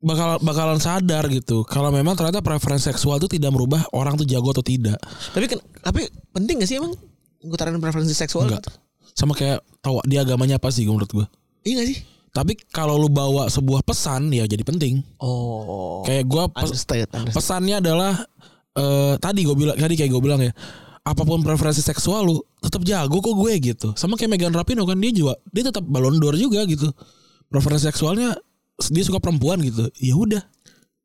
[SPEAKER 3] bakal bakalan sadar gitu kalau memang ternyata preferensi seksual itu tidak merubah orang tuh jago atau tidak
[SPEAKER 2] Tapi kan tapi penting gak sih emang ngutarain preferensi seksual?
[SPEAKER 3] enggak sama kayak tahu dia agamanya apa sih menurut gue
[SPEAKER 2] Iya gak sih?
[SPEAKER 3] tapi kalau lu bawa sebuah pesan ya jadi penting
[SPEAKER 2] Oh.
[SPEAKER 3] kayak gue
[SPEAKER 2] Understand, understand.
[SPEAKER 3] pesannya adalah eh tadi gue bilang tadi kayak gue bilang ya apapun preferensi seksual lu tetap jago kok gue gitu sama kayak Megan Rapinoe kan dia juga dia tetap balon d'Or juga gitu preferensi seksualnya dia suka perempuan gitu ya udah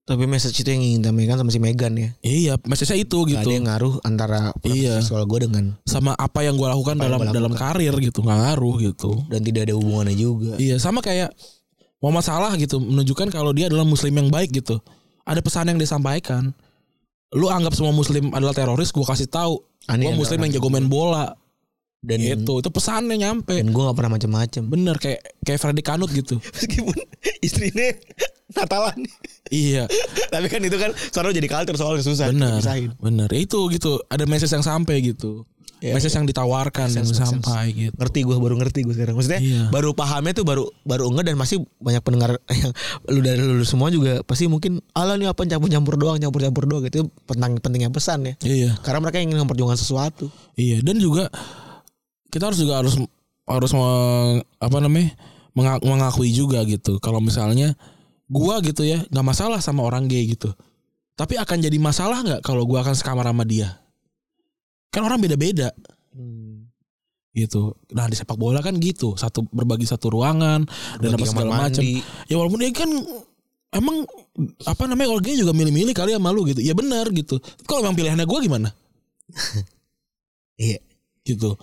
[SPEAKER 2] Tapi message itu yang ingin disampaikan sama si Megan ya.
[SPEAKER 3] iya message itu
[SPEAKER 2] Gak ada
[SPEAKER 3] gitu
[SPEAKER 2] yang ngaruh antara preferensi
[SPEAKER 3] Iya.
[SPEAKER 2] seksual gue dengan
[SPEAKER 3] sama apa yang gue
[SPEAKER 2] Apa
[SPEAKER 3] lakukan
[SPEAKER 2] yang
[SPEAKER 3] dalam
[SPEAKER 2] gua
[SPEAKER 3] dalam karir gitu nggak ngaruh gitu
[SPEAKER 2] dan tidak ada hubungannya juga.
[SPEAKER 3] iya sama kayak mau masalah gitu menunjukkan kalau dia adalah muslim yang baik gitu ada pesan yang disampaikan lu anggap semua muslim adalah teroris gue kasih tahu
[SPEAKER 2] Aneh
[SPEAKER 3] gue
[SPEAKER 2] ada
[SPEAKER 3] muslim
[SPEAKER 2] orang
[SPEAKER 3] yang jago main bola
[SPEAKER 2] dan
[SPEAKER 3] gitu itu pesannya nyampe
[SPEAKER 2] dan gue gak pernah macem-macem
[SPEAKER 3] bener kayak kayak Freddy Kanut gitu
[SPEAKER 2] meskipun istrinya Natalan
[SPEAKER 3] iya
[SPEAKER 2] tapi kan itu kan soalnya jadi culture soalnya susah
[SPEAKER 3] bener
[SPEAKER 2] dipisahin.
[SPEAKER 3] bener itu gitu ada message yang sampai gitu
[SPEAKER 2] Iya,
[SPEAKER 3] message yang ditawarkan yang
[SPEAKER 2] sense, make
[SPEAKER 3] sampai gitu
[SPEAKER 2] ngerti gue baru ngerti gue sekarang maksudnya
[SPEAKER 3] Iya.
[SPEAKER 2] baru pahamnya tuh baru baru enggak dan masih banyak pendengar yang lu dari lu semua juga pasti mungkin ala nih apa campur campur doang campur campur doang gitu tentang pentingnya pesan ya
[SPEAKER 3] iya
[SPEAKER 2] karena mereka ingin memperjuangkan sesuatu
[SPEAKER 3] iya dan juga kita harus juga harus harus meng- apa namanya menga- mengakui juga gitu kalau misalnya gua gitu ya nggak masalah sama orang gay gitu tapi akan jadi masalah nggak kalau gua akan sekamar sama dia kan orang beda-beda Hmm. gitu. Nah di sepak bola kan gitu, satu berbagi satu ruangan dan apa
[SPEAKER 2] Berbagi kamar
[SPEAKER 3] segala macam.
[SPEAKER 2] mandi.
[SPEAKER 3] Ya walaupun dia kan emang apa namanya Olga juga milih-milih kali sama lu gitu. Ya benar gitu. Tapi kalau emang pilihannya gue gimana?
[SPEAKER 2] iya
[SPEAKER 3] Gitu.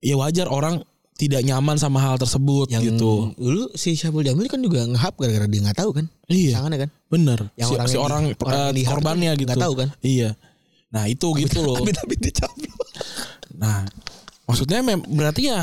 [SPEAKER 3] Ya wajar orang tidak nyaman sama hal tersebut
[SPEAKER 2] yang
[SPEAKER 3] gitu.
[SPEAKER 2] dulu si Syabul Jamil kan juga ngehap gara-gara dia nggak tahu kan
[SPEAKER 3] Iya,
[SPEAKER 2] Tangannya kan
[SPEAKER 3] bener.
[SPEAKER 2] Yang
[SPEAKER 3] si,
[SPEAKER 2] orang ya
[SPEAKER 3] si
[SPEAKER 2] yang
[SPEAKER 3] orang,
[SPEAKER 2] di- orang
[SPEAKER 3] eh,
[SPEAKER 2] yang di hub
[SPEAKER 3] korbannya
[SPEAKER 2] itu
[SPEAKER 3] gitu.
[SPEAKER 2] nggak tahu kan?
[SPEAKER 3] Iya. Nah itu gitu loh.
[SPEAKER 2] tapi tapi dia cabut
[SPEAKER 3] Nah maksudnya mem- berarti ya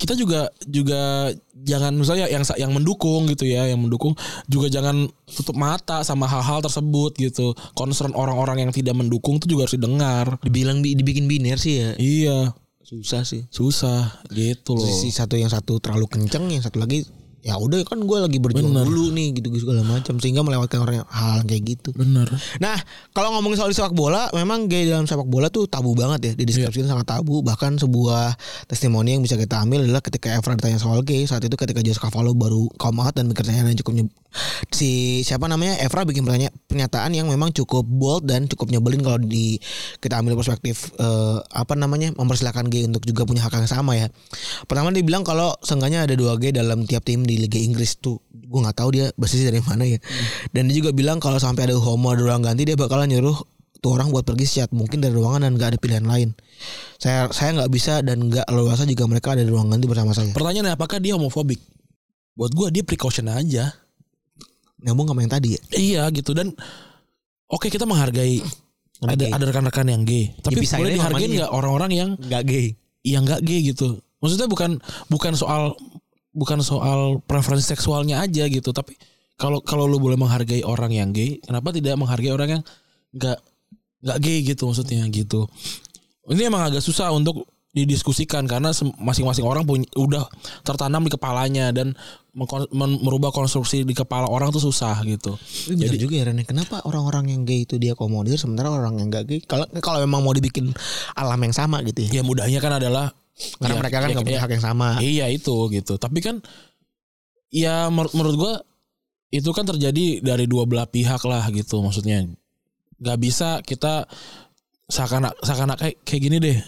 [SPEAKER 3] kita juga juga jangan misalnya yang sa- yang mendukung gitu ya yang mendukung juga jangan tutup mata sama hal-hal tersebut gitu concern orang-orang yang tidak mendukung tuh juga harus didengar
[SPEAKER 2] Dibilang bi- dibikin biner sih ya
[SPEAKER 3] iya
[SPEAKER 2] susah sih.
[SPEAKER 3] susah gitu loh
[SPEAKER 2] Sisi satu yang satu terlalu kenceng, yang satu lagi ya udah kan gue lagi berjuang dulu nih gitu gitu segala macam sehingga melewatkan orang yang- hal kayak gitu.
[SPEAKER 3] bener
[SPEAKER 2] Nah, kalau ngomongin soal sepak bola, memang gay dalam sepak bola tuh tabu banget ya. Dideskripsikan sangat tabu. Bahkan sebuah testimoni yang bisa kita ambil adalah ketika Evra ditanya soal gay, saat itu ketika Jose Cavallo baru come out dan pertanyaan yang cukup nyeb- si siapa namanya Evra bikin pertanya- pernyataan yang memang cukup bold dan cukup nyebelin kalau di kita ambil perspektif eh, apa namanya mempersilahkan gay untuk juga punya hak yang sama ya. Pertama dia bilang kalau seenggaknya ada dua gay dalam tiap tim di Liga Inggris tuh gue nggak tahu dia basisnya dari mana ya. Dan dia juga bilang kalau sampai ada homo ada ruang ganti dia bakalan nyuruh tuh orang buat pergi sehat mungkin dari ruangan dan nggak ada pilihan lain. Saya saya nggak bisa dan nggak leluasa jika mereka ada di ruang ganti bersama saya.
[SPEAKER 3] pertanyaannya apakah dia homofobik buat gua dia precaution aja
[SPEAKER 2] Nyambung sama yang tadi ya.
[SPEAKER 3] iya gitu dan oke kita menghargai ada
[SPEAKER 2] gay.
[SPEAKER 3] ada rekan-rekan yang gay tapi
[SPEAKER 2] Dipisahin
[SPEAKER 3] boleh
[SPEAKER 2] aja
[SPEAKER 3] dihargain
[SPEAKER 2] namanya.
[SPEAKER 3] nggak orang-orang yang
[SPEAKER 2] Nggak gay.
[SPEAKER 3] yang nggak gay gitu. Maksudnya bukan bukan soal bukan soal preferensi seksualnya aja gitu, tapi kalau kalau lu boleh menghargai orang yang gay, kenapa tidak menghargai orang yang nggak nggak gay gitu maksudnya gitu. Ini emang agak susah untuk didiskusikan karena sem- masing-masing orang punya udah tertanam di kepalanya dan mengkon- men- merubah konstruksi di kepala orang tuh susah gitu.
[SPEAKER 2] Jadi juga ya Ren, kenapa orang-orang yang gay itu diakomodir sementara orang yang nggak gay kalau kalau memang mau dibikin alam yang sama gitu ya.
[SPEAKER 3] Ya mudahnya kan adalah
[SPEAKER 2] Karena
[SPEAKER 3] ya,
[SPEAKER 2] mereka kan
[SPEAKER 3] ya-
[SPEAKER 2] nggak punya
[SPEAKER 3] ya-
[SPEAKER 2] hak yang sama.
[SPEAKER 3] Iya itu gitu. Tapi kan ya mer- menurut gua itu kan terjadi dari dua belah pihak lah gitu maksudnya. Gak bisa kita seakan seakan kayak kayak gini deh.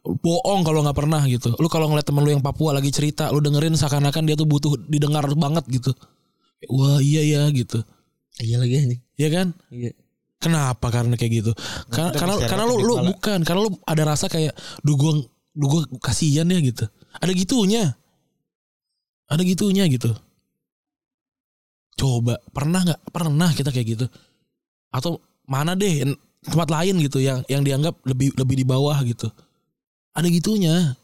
[SPEAKER 3] Bohong kalau nggak pernah gitu. Lu kalau ngeliat temen lu yang Papua lagi cerita, lu dengerin seakan-akan dia tuh butuh didengar banget gitu. Wah iya ya gitu.
[SPEAKER 2] Iya lagi anjing.
[SPEAKER 3] Iya kan?
[SPEAKER 2] Iya.
[SPEAKER 3] Kenapa karena kayak gitu? Karena
[SPEAKER 2] kita
[SPEAKER 3] karena
[SPEAKER 2] bisa
[SPEAKER 3] karena lu
[SPEAKER 2] rasain
[SPEAKER 3] lu
[SPEAKER 2] kepala.
[SPEAKER 3] bukan karena lu ada rasa kayak duh gua duh gua kasihan ya gitu. Ada gitunya. Ada gitunya gitu. Coba pernah nggak pernah kita kayak gitu? Atau mana deh en- tempat lain gitu yang yang dianggap lebih lebih di bawah gitu. Ada gitunya.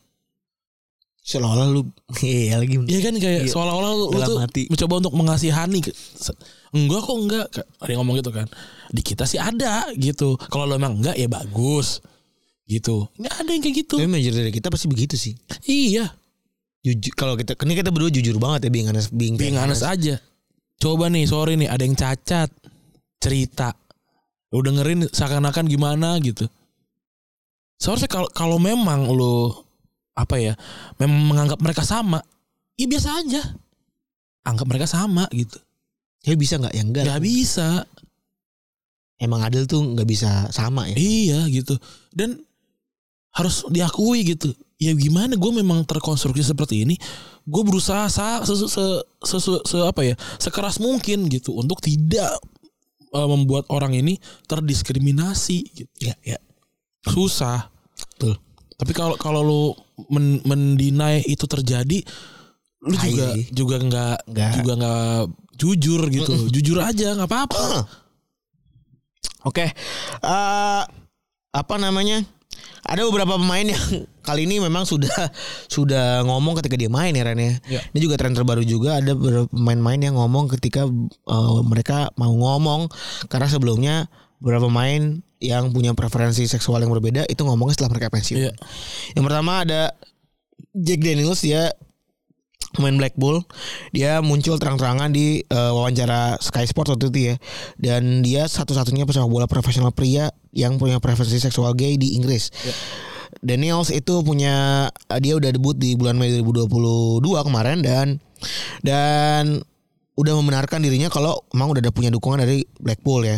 [SPEAKER 2] Seolah-olah lu iya lagi.
[SPEAKER 3] Iya kan kayak
[SPEAKER 2] Iya.
[SPEAKER 3] seolah-olah lu, lu
[SPEAKER 2] Dalam
[SPEAKER 3] tuh
[SPEAKER 2] hati.
[SPEAKER 3] mencoba untuk mengasihani. ke- se- Enggak kok enggak. Ka- Ada yang ngomong gitu kan. Di kita sih ada gitu. Kalau lu emang enggak ya bagus. Gitu. Ini ada yang kayak gitu.
[SPEAKER 2] Tapi major dari kita pasti begitu sih.
[SPEAKER 3] Iya.
[SPEAKER 2] Jujur kalau kita kan ini kita berdua jujur banget ya being honest being,
[SPEAKER 3] Being honest aja. Coba nih sorry nih ada yang cacat. Cerita. Lu dengerin seakan-akan gimana gitu. Seharusnya kalau kalau memang lu apa ya memang menganggap mereka sama, ya biasa aja. Anggap mereka sama gitu.
[SPEAKER 2] Ya bisa nggak? Ya enggak.
[SPEAKER 3] Gak bisa.
[SPEAKER 2] Emang adil tuh nggak bisa sama ya.
[SPEAKER 3] Iya gitu. Dan harus diakui gitu. Ya gimana gue memang terkonstruksi seperti ini. Gue berusaha sa- se, se, se- se- se- apa ya sekeras mungkin gitu untuk tidak eh, membuat orang ini terdiskriminasi. Gitu.
[SPEAKER 2] Ya, ya.
[SPEAKER 3] Susah.
[SPEAKER 2] Betul.
[SPEAKER 3] Tapi kalau kalau lu men, mendinai itu terjadi, lu
[SPEAKER 2] Tai
[SPEAKER 3] juga
[SPEAKER 2] lagi.
[SPEAKER 3] juga nggak
[SPEAKER 2] Nggak.
[SPEAKER 3] juga nggak jujur gitu. Jujur aja nggak apa-apa.
[SPEAKER 2] Ah. Oke. Eh, apa namanya? Ada beberapa pemain yang kali ini memang sudah sudah ngomong ketika dia main ya Ren ya.
[SPEAKER 3] Iya.
[SPEAKER 2] Ini juga tren terbaru juga ada beberapa pemain-pemain yang ngomong ketika eh, mereka mau ngomong karena sebelumnya beberapa pemain yang punya preferensi seksual yang berbeda itu ngomongnya setelah mereka pensiun.
[SPEAKER 3] Iya.
[SPEAKER 2] Yang pertama ada Jack Daniels dia pemain Black Bull. Dia muncul terang-terangan di eh, wawancara Sky Sports waktu itu ya. Dan dia satu-satunya pesepak bola profesional pria yang punya preferensi seksual gay di Inggris. Daniels itu punya eh, dia udah debut di bulan Mei 2022 kemarin dan dan udah membenarkan dirinya kalau emang udah ada punya dukungan dari Blackpool ya.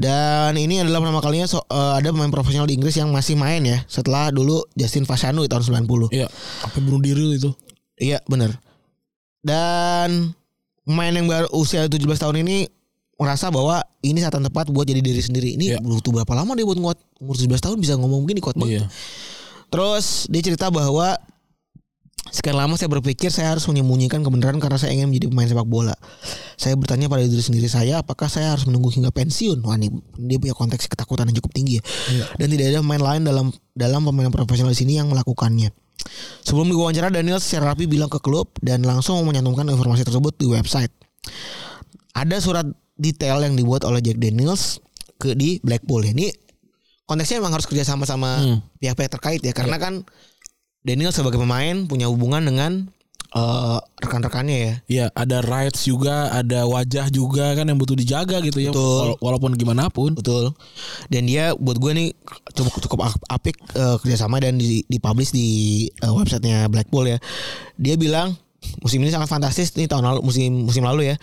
[SPEAKER 2] Dan ini adalah pertama kalinya so- eh, ada pemain profesional di Inggris yang masih main ya setelah dulu Justin Fasano di tahun 90.
[SPEAKER 3] Iya. Apa bunuh diri lu itu?
[SPEAKER 2] Iya bener Dan Pemain yang baru usia 17 tahun ini Merasa bahwa ini saat yang tepat buat jadi diri sendiri Ini
[SPEAKER 3] Iya.
[SPEAKER 2] butuh berapa lama dia buat nguat Umur 17 tahun bisa ngomong begini kuat banget
[SPEAKER 3] Iya.
[SPEAKER 2] Terus dia cerita bahwa Sekian lama saya berpikir saya harus menyembunyikan kebenaran karena saya ingin menjadi pemain sepak bola. Saya bertanya pada diri sendiri saya apakah saya harus menunggu hingga pensiun? Wah ini dia punya konteks ketakutan yang cukup tinggi ya. Dan tidak ada pemain lain dalam dalam pemain profesional di sini yang melakukannya. Sebelum diwawancara Daniel secara rapi bilang ke klub dan langsung menyantumkan informasi tersebut di website. Ada surat detail yang dibuat oleh Jack Daniels ke di Blackpool. Ini konteksnya memang harus kerja sama sama pihak-pihak terkait ya karena kan Daniel sebagai pemain punya hubungan dengan eh, rekan-rekannya ya.
[SPEAKER 3] Iya, ada rights juga, ada wajah juga kan yang butuh dijaga gitu ya.
[SPEAKER 2] Betul.
[SPEAKER 3] Wala- Walaupun gimana pun.
[SPEAKER 2] Betul. Dan dia buat gue nih cukup cukup ap- apik eh, kerjasama dan di dipublish di eh, websitenya Blackpool ya. Dia bilang musim ini sangat fantastis nih tahun lalu musim musim lalu ya.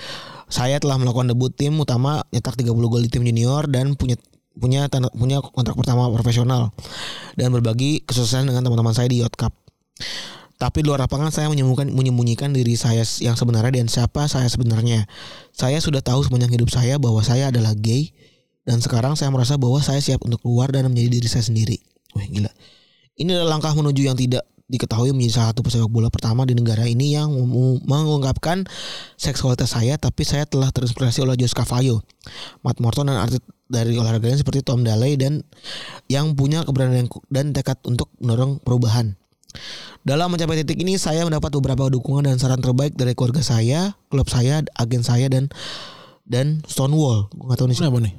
[SPEAKER 2] Saya telah melakukan debut tim utama nyetak 30 gol di tim junior dan punya punya tanda- punya kontrak pertama profesional dan berbagi kesuksesan dengan teman-teman saya di Yacht Cup. Tapi di luar lapangan saya menyembunyikan, menyembunyikan diri saya yang sebenarnya dan siapa saya sebenarnya. Saya sudah tahu sepanjang hidup saya bahwa saya adalah gay dan sekarang saya merasa bahwa saya siap untuk keluar dan menjadi diri saya sendiri. Wah gila. Ini adalah langkah menuju yang tidak diketahui menjadi salah satu pesepak bola pertama di negara ini yang mem- mengungkapkan seksualitas saya tapi saya telah terinspirasi oleh Jos Cavallo, Matt Morton dan artis dari olahraga lain seperti Tom Daley dan yang punya keberanian ku- dan tekad untuk mendorong perubahan. Dalam mencapai titik ini saya mendapat beberapa dukungan dan saran terbaik dari keluarga saya, klub saya, agen saya dan dan Stonewall. Gua nggak tahu nih
[SPEAKER 3] Kenapa nih?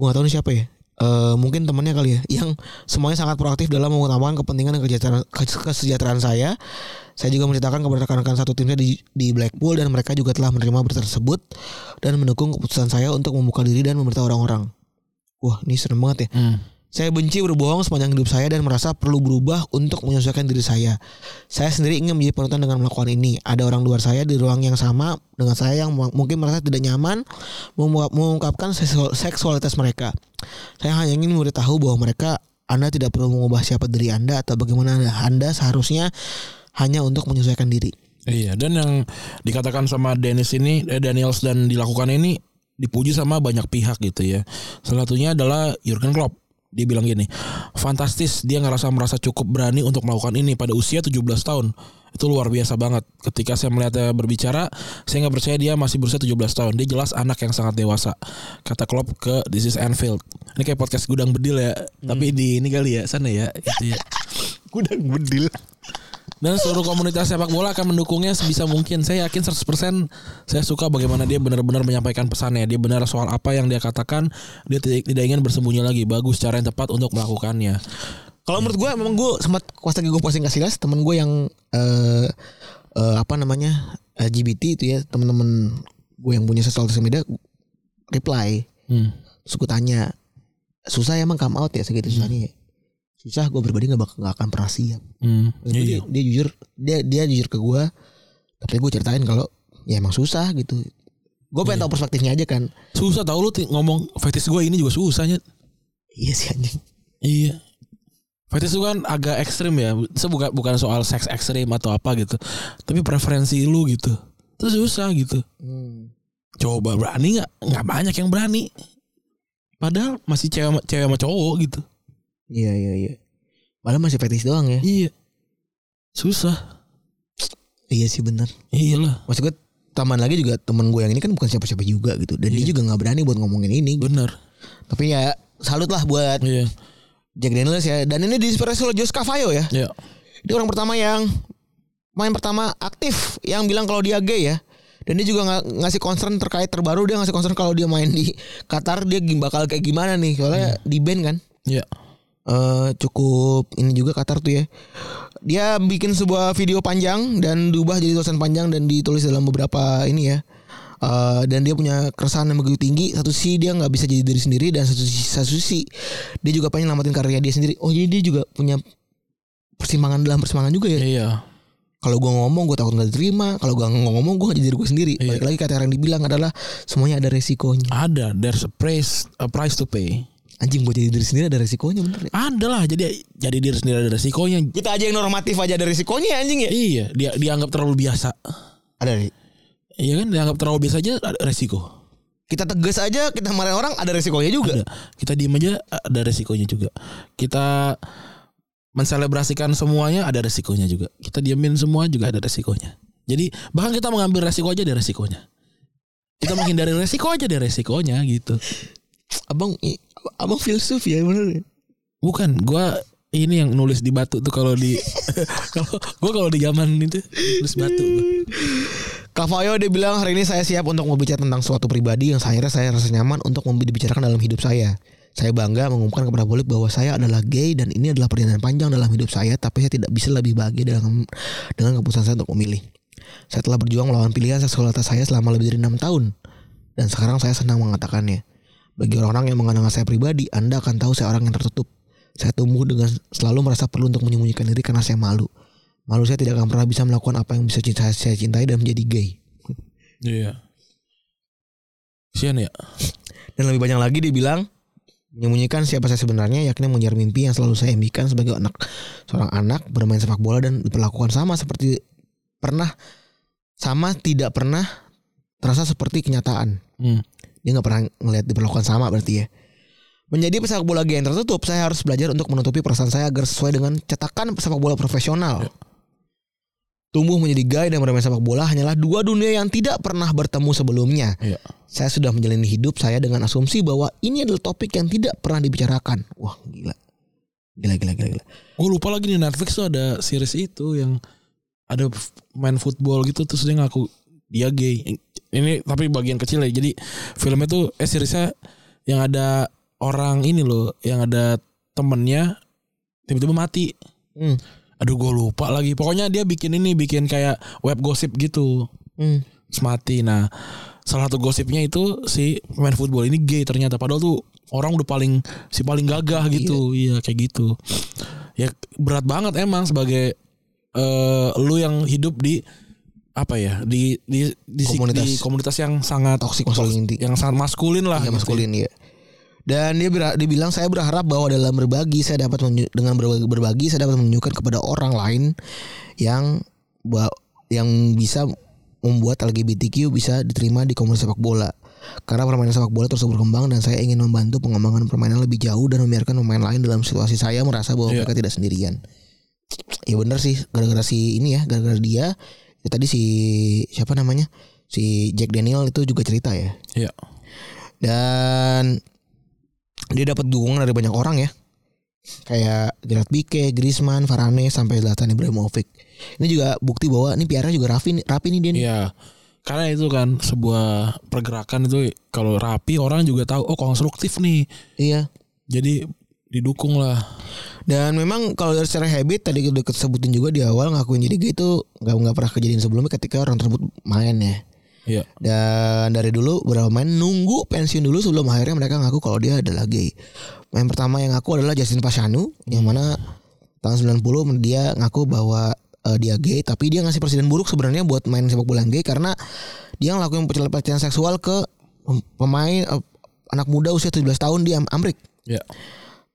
[SPEAKER 2] gue gak tahu nih siapa ya Eh mungkin temannya kali ya yang semuanya sangat proaktif dalam mengutamakan kepentingan dan kesejahteraan, kesejahteraan saya saya juga menceritakan kepada rekan-rekan satu timnya di, di Blackpool dan mereka juga telah menerima berita tersebut dan mendukung keputusan saya untuk membuka diri dan memberitahu orang-orang wah ini serem banget ya saya benci berbohong sepanjang hidup saya dan merasa perlu berubah untuk menyesuaikan diri saya. Saya sendiri ingin menjadi panutan dengan melakukan ini. Ada orang luar saya di ruang yang sama dengan saya yang mu- mungkin merasa tidak nyaman memu- mengungkapkan seksual- seksualitas mereka. Saya hanya ingin memberitahu bahwa mereka Anda tidak perlu mengubah siapa diri Anda atau bagaimana Anda, Anda seharusnya hanya untuk menyesuaikan diri.
[SPEAKER 3] Iya, dan yang dikatakan sama Dennis ini, eh, Daniels dan dilakukan ini dipuji sama banyak pihak gitu ya. Salah satunya adalah Jurgen Klopp. Dia bilang gini, fantastis dia ngerasa merasa cukup berani untuk melakukan ini pada usia 17 tahun. Itu luar biasa banget. Ketika saya melihatnya berbicara, saya nggak percaya dia masih berusia 17 tahun. Dia jelas anak yang sangat dewasa. Kata Klopp ke This is Anfield. Ini kayak podcast gudang bedil ya, tapi di ini kali ya, sana ya. Gitu ya.
[SPEAKER 2] Gudang bedil.
[SPEAKER 3] Dan seluruh komunitas sepak bola akan mendukungnya sebisa mungkin. Saya yakin 100% saya suka bagaimana dia benar-benar menyampaikan pesannya. Dia benar soal apa yang dia katakan. Dia tidak, tidak ingin bersembunyi lagi. Bagus cara yang tepat untuk melakukannya.
[SPEAKER 2] Kalau menurut gue memang gue sempat pas lagi gue posting kasih temen gue yang eh eh, apa namanya LGBT itu ya temen-temen gue yang punya sosial media reply
[SPEAKER 3] Hmm.
[SPEAKER 2] suku tanya susah ya emang come out ya segitu susahnya ya susah gue pribadi nggak bak- nggak akan pernah siap
[SPEAKER 3] Hmm.
[SPEAKER 2] Maksud gua
[SPEAKER 3] Iya.
[SPEAKER 2] dia, dia jujur dia dia jujur ke gue tapi gue ceritain kalau ya emang susah gitu gue pengen tahu perspektifnya aja kan
[SPEAKER 3] Susah tau lu ti- ngomong fetis gue ini juga susahnya.
[SPEAKER 2] iya sih anjing
[SPEAKER 3] Iya. Fetis itu kan agak ekstrim ya. Saya bukan bukan soal seks ekstrim atau apa gitu. Tapi preferensi lu gitu. Terus susah gitu.
[SPEAKER 2] Hmm.
[SPEAKER 3] Coba berani nggak? Nggak banyak yang berani. Padahal masih cewek sama- cewek sama cowok gitu.
[SPEAKER 2] iya iya iya malah masih fetish doang ya
[SPEAKER 3] Iya. Susah.
[SPEAKER 2] iya sih bener
[SPEAKER 3] Iyalah.
[SPEAKER 2] maksud gue taman lagi juga teman gue yang ini kan bukan siapa-siapa juga gitu dan dia juga nggak berani buat ngomongin ini
[SPEAKER 3] Bener.
[SPEAKER 2] tapi ya salut lah buat
[SPEAKER 3] Iya.
[SPEAKER 2] Jack Daniels ya dan ini diinspirasi oleh Jos Cavallo ya
[SPEAKER 3] Iya.
[SPEAKER 2] dia orang pertama yang main pertama aktif yang bilang kalau dia gay ya dan dia juga nga- ngasih concern terkait terbaru dia ngasih concern kalau dia main di Qatar dia gim- bakal kayak gimana nih soalnya di band kan
[SPEAKER 3] Iya.
[SPEAKER 2] eh cukup ini juga Qatar tuh ya. Dia bikin sebuah video panjang dan diubah jadi tulisan panjang dan ditulis dalam beberapa ini ya. Eh dan dia punya keresahan yang begitu tinggi. Satu sisi dia nggak bisa jadi diri sendiri dan satu sisi, satu sisi dia juga pengen namatin karya dia sendiri. Oh jadi dia juga punya persimpangan dalam persimpangan juga ya.
[SPEAKER 3] Iya.
[SPEAKER 2] Kalau gua ngomong gue takut nggak diterima. Kalau gua nggak ngomong gue jadi diri gue sendiri.
[SPEAKER 3] Iya.
[SPEAKER 2] Balik lagi kata yang dibilang adalah semuanya ada resikonya.
[SPEAKER 3] Ada. There's a price a price to pay.
[SPEAKER 2] Anjing buat jadi diri sendiri ada resikonya bener. ya?
[SPEAKER 3] Ada lah. Jadi jadi diri sendiri ada resikonya.
[SPEAKER 2] Kita aja yang normatif aja ada resikonya anjing ya.
[SPEAKER 3] Iya. Dia dianggap terlalu biasa.
[SPEAKER 2] Ada ri-
[SPEAKER 3] Iya kan dianggap terlalu biasa aja ada resiko.
[SPEAKER 2] kita tegas aja kita marahin orang ada resikonya juga
[SPEAKER 3] Ada. Kita diem aja ada resikonya juga. Kita menselebrasikan semuanya ada resikonya juga. Kita diemin semua juga ada resikonya. Jadi bahkan kita mengambil resiko aja ada resikonya. Kita menghindari resiko aja ada resikonya gitu.
[SPEAKER 2] abang i- abang filsuf ya bener ya?
[SPEAKER 3] Bukan, gua ini yang nulis di batu tuh kalau di kalau gue kalau di zaman itu nulis batu gua.
[SPEAKER 2] Kavayo dia bilang hari ini saya siap untuk berbicara tentang suatu pribadi yang akhirnya saya rasa nyaman untuk membi- dibicarakan dalam hidup saya. Saya bangga mengumumkan kepada publik bahwa saya adalah gay dan ini adalah perjalanan panjang dalam hidup saya tapi saya tidak bisa lebih bahagia dengan dengan keputusan saya untuk memilih. Saya telah berjuang melawan pilihan seksualitas saya selama lebih dari enam tahun dan sekarang saya senang mengatakannya. Bagi orang-orang yang mengenal saya pribadi, Anda akan tahu saya orang yang tertutup. Saya tumbuh dengan selalu merasa perlu untuk menyembunyikan diri karena saya malu. Malu saya tidak akan pernah bisa melakukan apa yang bisa cinta- saya cintai dan menjadi gay.
[SPEAKER 3] Iya. Sian ya.
[SPEAKER 2] Dan lebih banyak lagi dia bilang menyembunyikan siapa saya sebenarnya yakni mengejar mimpi yang selalu saya impikan sebagai anak seorang anak bermain sepak bola dan diperlakukan sama seperti pernah sama tidak pernah terasa seperti kenyataan.
[SPEAKER 3] Hmm.
[SPEAKER 2] Dia nggak pernah ngelihat diperlakukan sama berarti ya. Menjadi pesepak bola gay yang tertutup, saya harus belajar untuk menutupi perasaan saya agar sesuai dengan cetakan sepak bola profesional. Tumbuh menjadi gay dan bermain sepak bola hanyalah dua dunia yang tidak pernah bertemu sebelumnya.
[SPEAKER 3] Iya.
[SPEAKER 2] Saya sudah menjalani hidup saya dengan asumsi bahwa ini adalah topik yang tidak pernah dibicarakan. Wah, gila. Gila gila gila gila.
[SPEAKER 3] Gue lupa lagi di Netflix tuh ada series itu yang ada f- main football gitu terus dia ngaku dia gay. Ini tapi bagian kecil ya. Jadi filmnya tuh eh seriesnya yang ada orang ini loh yang ada temennya tiba-tiba mati.
[SPEAKER 2] Hmm.
[SPEAKER 3] Aduh gue lupa lagi. Pokoknya dia bikin ini bikin kayak web gosip gitu.
[SPEAKER 2] Hmm.
[SPEAKER 3] Terus mati. Nah, salah satu gosipnya itu si pemain football ini gay ternyata. Padahal tuh orang udah paling si paling gagah gitu. Iya, kayak gitu. Ya berat banget emang sebagai eh, lu yang hidup di apa ya di di di si-
[SPEAKER 2] Komunitas.
[SPEAKER 3] di komunitas yang sangat
[SPEAKER 2] Toxic masculinity.
[SPEAKER 3] yang sangat maskulin lah
[SPEAKER 2] Ya
[SPEAKER 3] gitu.
[SPEAKER 2] maskulin ya. Dan dia bera- dia bilang saya berharap bahwa dalam berbagi saya dapat menyu- dengan berbagi, berbagi saya dapat menunjukkan kepada orang lain yang ba- yang bisa membuat LGBTQ bisa diterima di komunitas sepak bola. Karena permainan sepak bola terus berkembang dan saya ingin membantu pengembangan permainan lebih jauh dan membiarkan pemain lain dalam situasi saya merasa bahwa
[SPEAKER 3] Iya.
[SPEAKER 2] mereka tidak sendirian. Ya benar sih, gara-gara si ini ya, gara-gara dia ya tadi si siapa namanya? Si Jack Daniel itu juga cerita ya
[SPEAKER 3] Iya.
[SPEAKER 2] dan dia dapat dukungan dari banyak orang ya kayak Gerard Pique, Griezmann, Varane sampai Zlatan Ibrahimovic. Ini juga bukti bahwa ini PR-nya juga rapi nih, rapi nih dia nih.
[SPEAKER 3] Iya. Karena itu kan sebuah pergerakan itu kalau rapi orang juga tahu oh konstruktif nih.
[SPEAKER 2] Iya.
[SPEAKER 3] Jadi didukung lah.
[SPEAKER 2] Dan memang kalau dari secara habit tadi udah sebutin juga di awal ngakuin jadi gay itu nggak nggak pernah kejadian sebelumnya ketika orang tersebut main ya.
[SPEAKER 3] Iya.
[SPEAKER 2] Dan dari dulu beberapa pemain nunggu pensiun dulu sebelum akhirnya mereka ngaku kalau dia adalah gay. Yang pertama yang ngaku adalah Justin Pasanu yang mana tahun 90 dia ngaku bahwa eh, dia gay tapi dia ngasih presiden buruk sebenarnya buat main sepak bola yang gay karena dia ngelakuin pelecehan pelecehan seksual ke pem- pemain eh, anak muda usia 17 tahun di Am- Amrik.
[SPEAKER 3] Iya.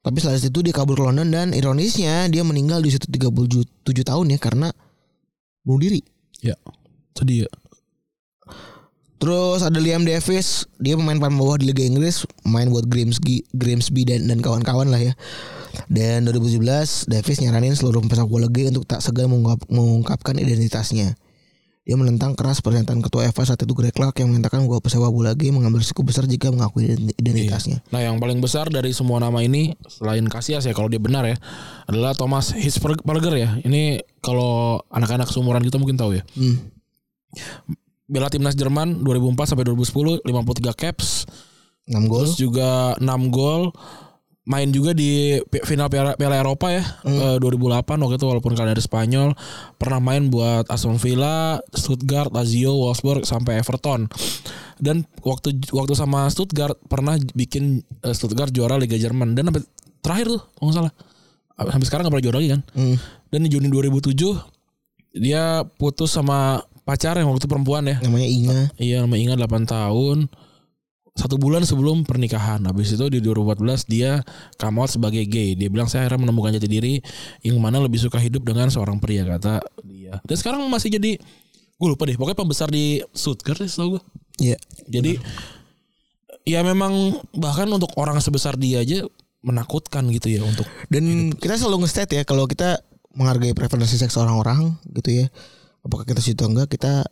[SPEAKER 2] Tapi setelah itu dia kabur ke London dan ironisnya dia meninggal di usia 37 tahun ya karena bunuh diri.
[SPEAKER 3] Iya. Sedih ya.
[SPEAKER 2] Terus ada Liam Davis, dia pemain papan bawah di Liga Inggris, main buat Grimsby, Grimsby dan dan kawan-kawan lah ya. Dan 2017 Davis nyaranin seluruh pesepak bola gay untuk tak segan mengungkap- mengungkapkan identitasnya. Dia menentang keras pernyataan ketua FA saat itu Greg Clark yang menyatakan bahwa pesepak bola gay mengambil risiko besar jika mengakui ident- identitasnya.
[SPEAKER 3] Nah yang paling besar dari semua nama ini selain Casillas ya kalau dia benar ya adalah Thomas Hitzberger ya. Ini kalau anak-anak seumuran kita mungkin tahu ya.
[SPEAKER 2] Hmm.
[SPEAKER 3] Bela timnas Jerman 2004 sampai 2010 53 caps
[SPEAKER 2] 6 gol.
[SPEAKER 3] terus juga 6 gol main juga di pi- final Piala, Piala Eropa ya eh, 2008 waktu itu walaupun kalah dari Spanyol pernah main buat Aston Villa, Stuttgart, Lazio, Wolfsburg sampai Everton. Dan waktu waktu sama Stuttgart pernah bikin eh, Stuttgart juara Liga Jerman dan sampai terakhir tuh kalau nggak salah. Sampai sekarang nggak pernah juara lagi kan?
[SPEAKER 2] Hmm.
[SPEAKER 3] Dan di Juni 2007 dia putus sama pacar yang waktu itu perempuan ya.
[SPEAKER 2] Namanya Inga.
[SPEAKER 3] Iya nama Inga 8 tahun satu bulan sebelum pernikahan habis itu di 2014 dia come out sebagai gay dia bilang saya akhirnya menemukan jati diri yang mana lebih suka hidup dengan seorang pria kata dia dan sekarang masih jadi gue lupa deh pokoknya pembesar di Stuttgart deh setahu gue
[SPEAKER 2] Iya.
[SPEAKER 3] jadi ya memang bahkan untuk orang sebesar dia aja menakutkan gitu ya untuk
[SPEAKER 2] Dan kita selalu nge-state ya kalau kita menghargai preferensi seks orang-orang gitu ya. Apakah kita situ atau enggak kita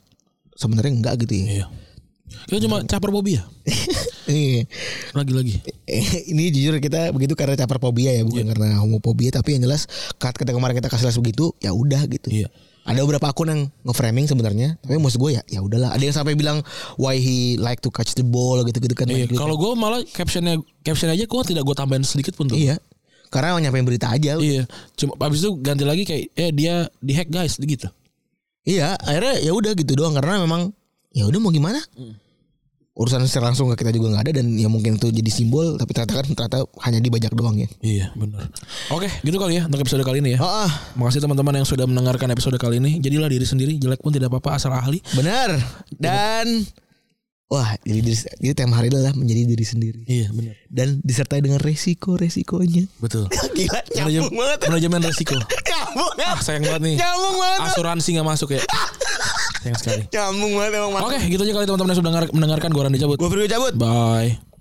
[SPEAKER 2] sebenarnya enggak gitu ya.
[SPEAKER 3] iya kita cuma caper bobi ya
[SPEAKER 2] Iya.
[SPEAKER 3] Lagi-lagi.
[SPEAKER 2] Eh, ini jujur kita begitu karena caperphobia ya
[SPEAKER 3] Iya.
[SPEAKER 2] bukan karena homophobia tapi yang jelas saat kita kemarin kita kasih les begitu ya udah gitu
[SPEAKER 3] Iya.
[SPEAKER 2] ada beberapa akun yang ngeframing sebenarnya tapi maksud gue ya ya udahlah ada yang sampai bilang why he like to catch the ball gitu gitu kan
[SPEAKER 3] Iya,
[SPEAKER 2] gitu.
[SPEAKER 3] kalau gue malah captionnya caption aja gue tidak gue tambahin sedikit pun tuh.
[SPEAKER 2] iya karena nyampein berita aja
[SPEAKER 3] Iya. Cuma abis itu ganti lagi kayak eh dia dihack guys gitu.
[SPEAKER 2] Iya, akhirnya ya udah gitu doang karena memang ya udah mau gimana? Urusan secara langsung ke kita juga nggak ada dan ya mungkin itu jadi simbol tapi ternyata kan ternyata hanya dibajak doang ya.
[SPEAKER 3] Iya benar. Oke gitu kali ya untuk episode kali ini ya.
[SPEAKER 2] Ah, ah,
[SPEAKER 3] Makasih teman-teman yang sudah mendengarkan episode kali ini. Jadilah diri sendiri, jelek pun tidak apa-apa asal ahli.
[SPEAKER 2] benar. Dan wah, jadi, diri- jadi tema hari ini adalah menjadi diri sendiri
[SPEAKER 3] Iya, benar.
[SPEAKER 2] dan disertai dengan resiko-resikonya.
[SPEAKER 3] Betul.
[SPEAKER 2] Gila,
[SPEAKER 3] Manajem-
[SPEAKER 2] nyambung banget.
[SPEAKER 3] Manajemen resiko. Ah,
[SPEAKER 2] Nyambung.
[SPEAKER 3] Sayang banget nih.
[SPEAKER 2] Nyambung banget.
[SPEAKER 3] Asuransi nggak masuk ya. Sayang sekali.
[SPEAKER 2] Ah, Nyambung banget emang. Mas.
[SPEAKER 3] Oke, gitu aja kali teman-teman yang sudah mendengar- mendengarkan gua Randy cabut.
[SPEAKER 2] Gue Virgo cabut.
[SPEAKER 3] Bye.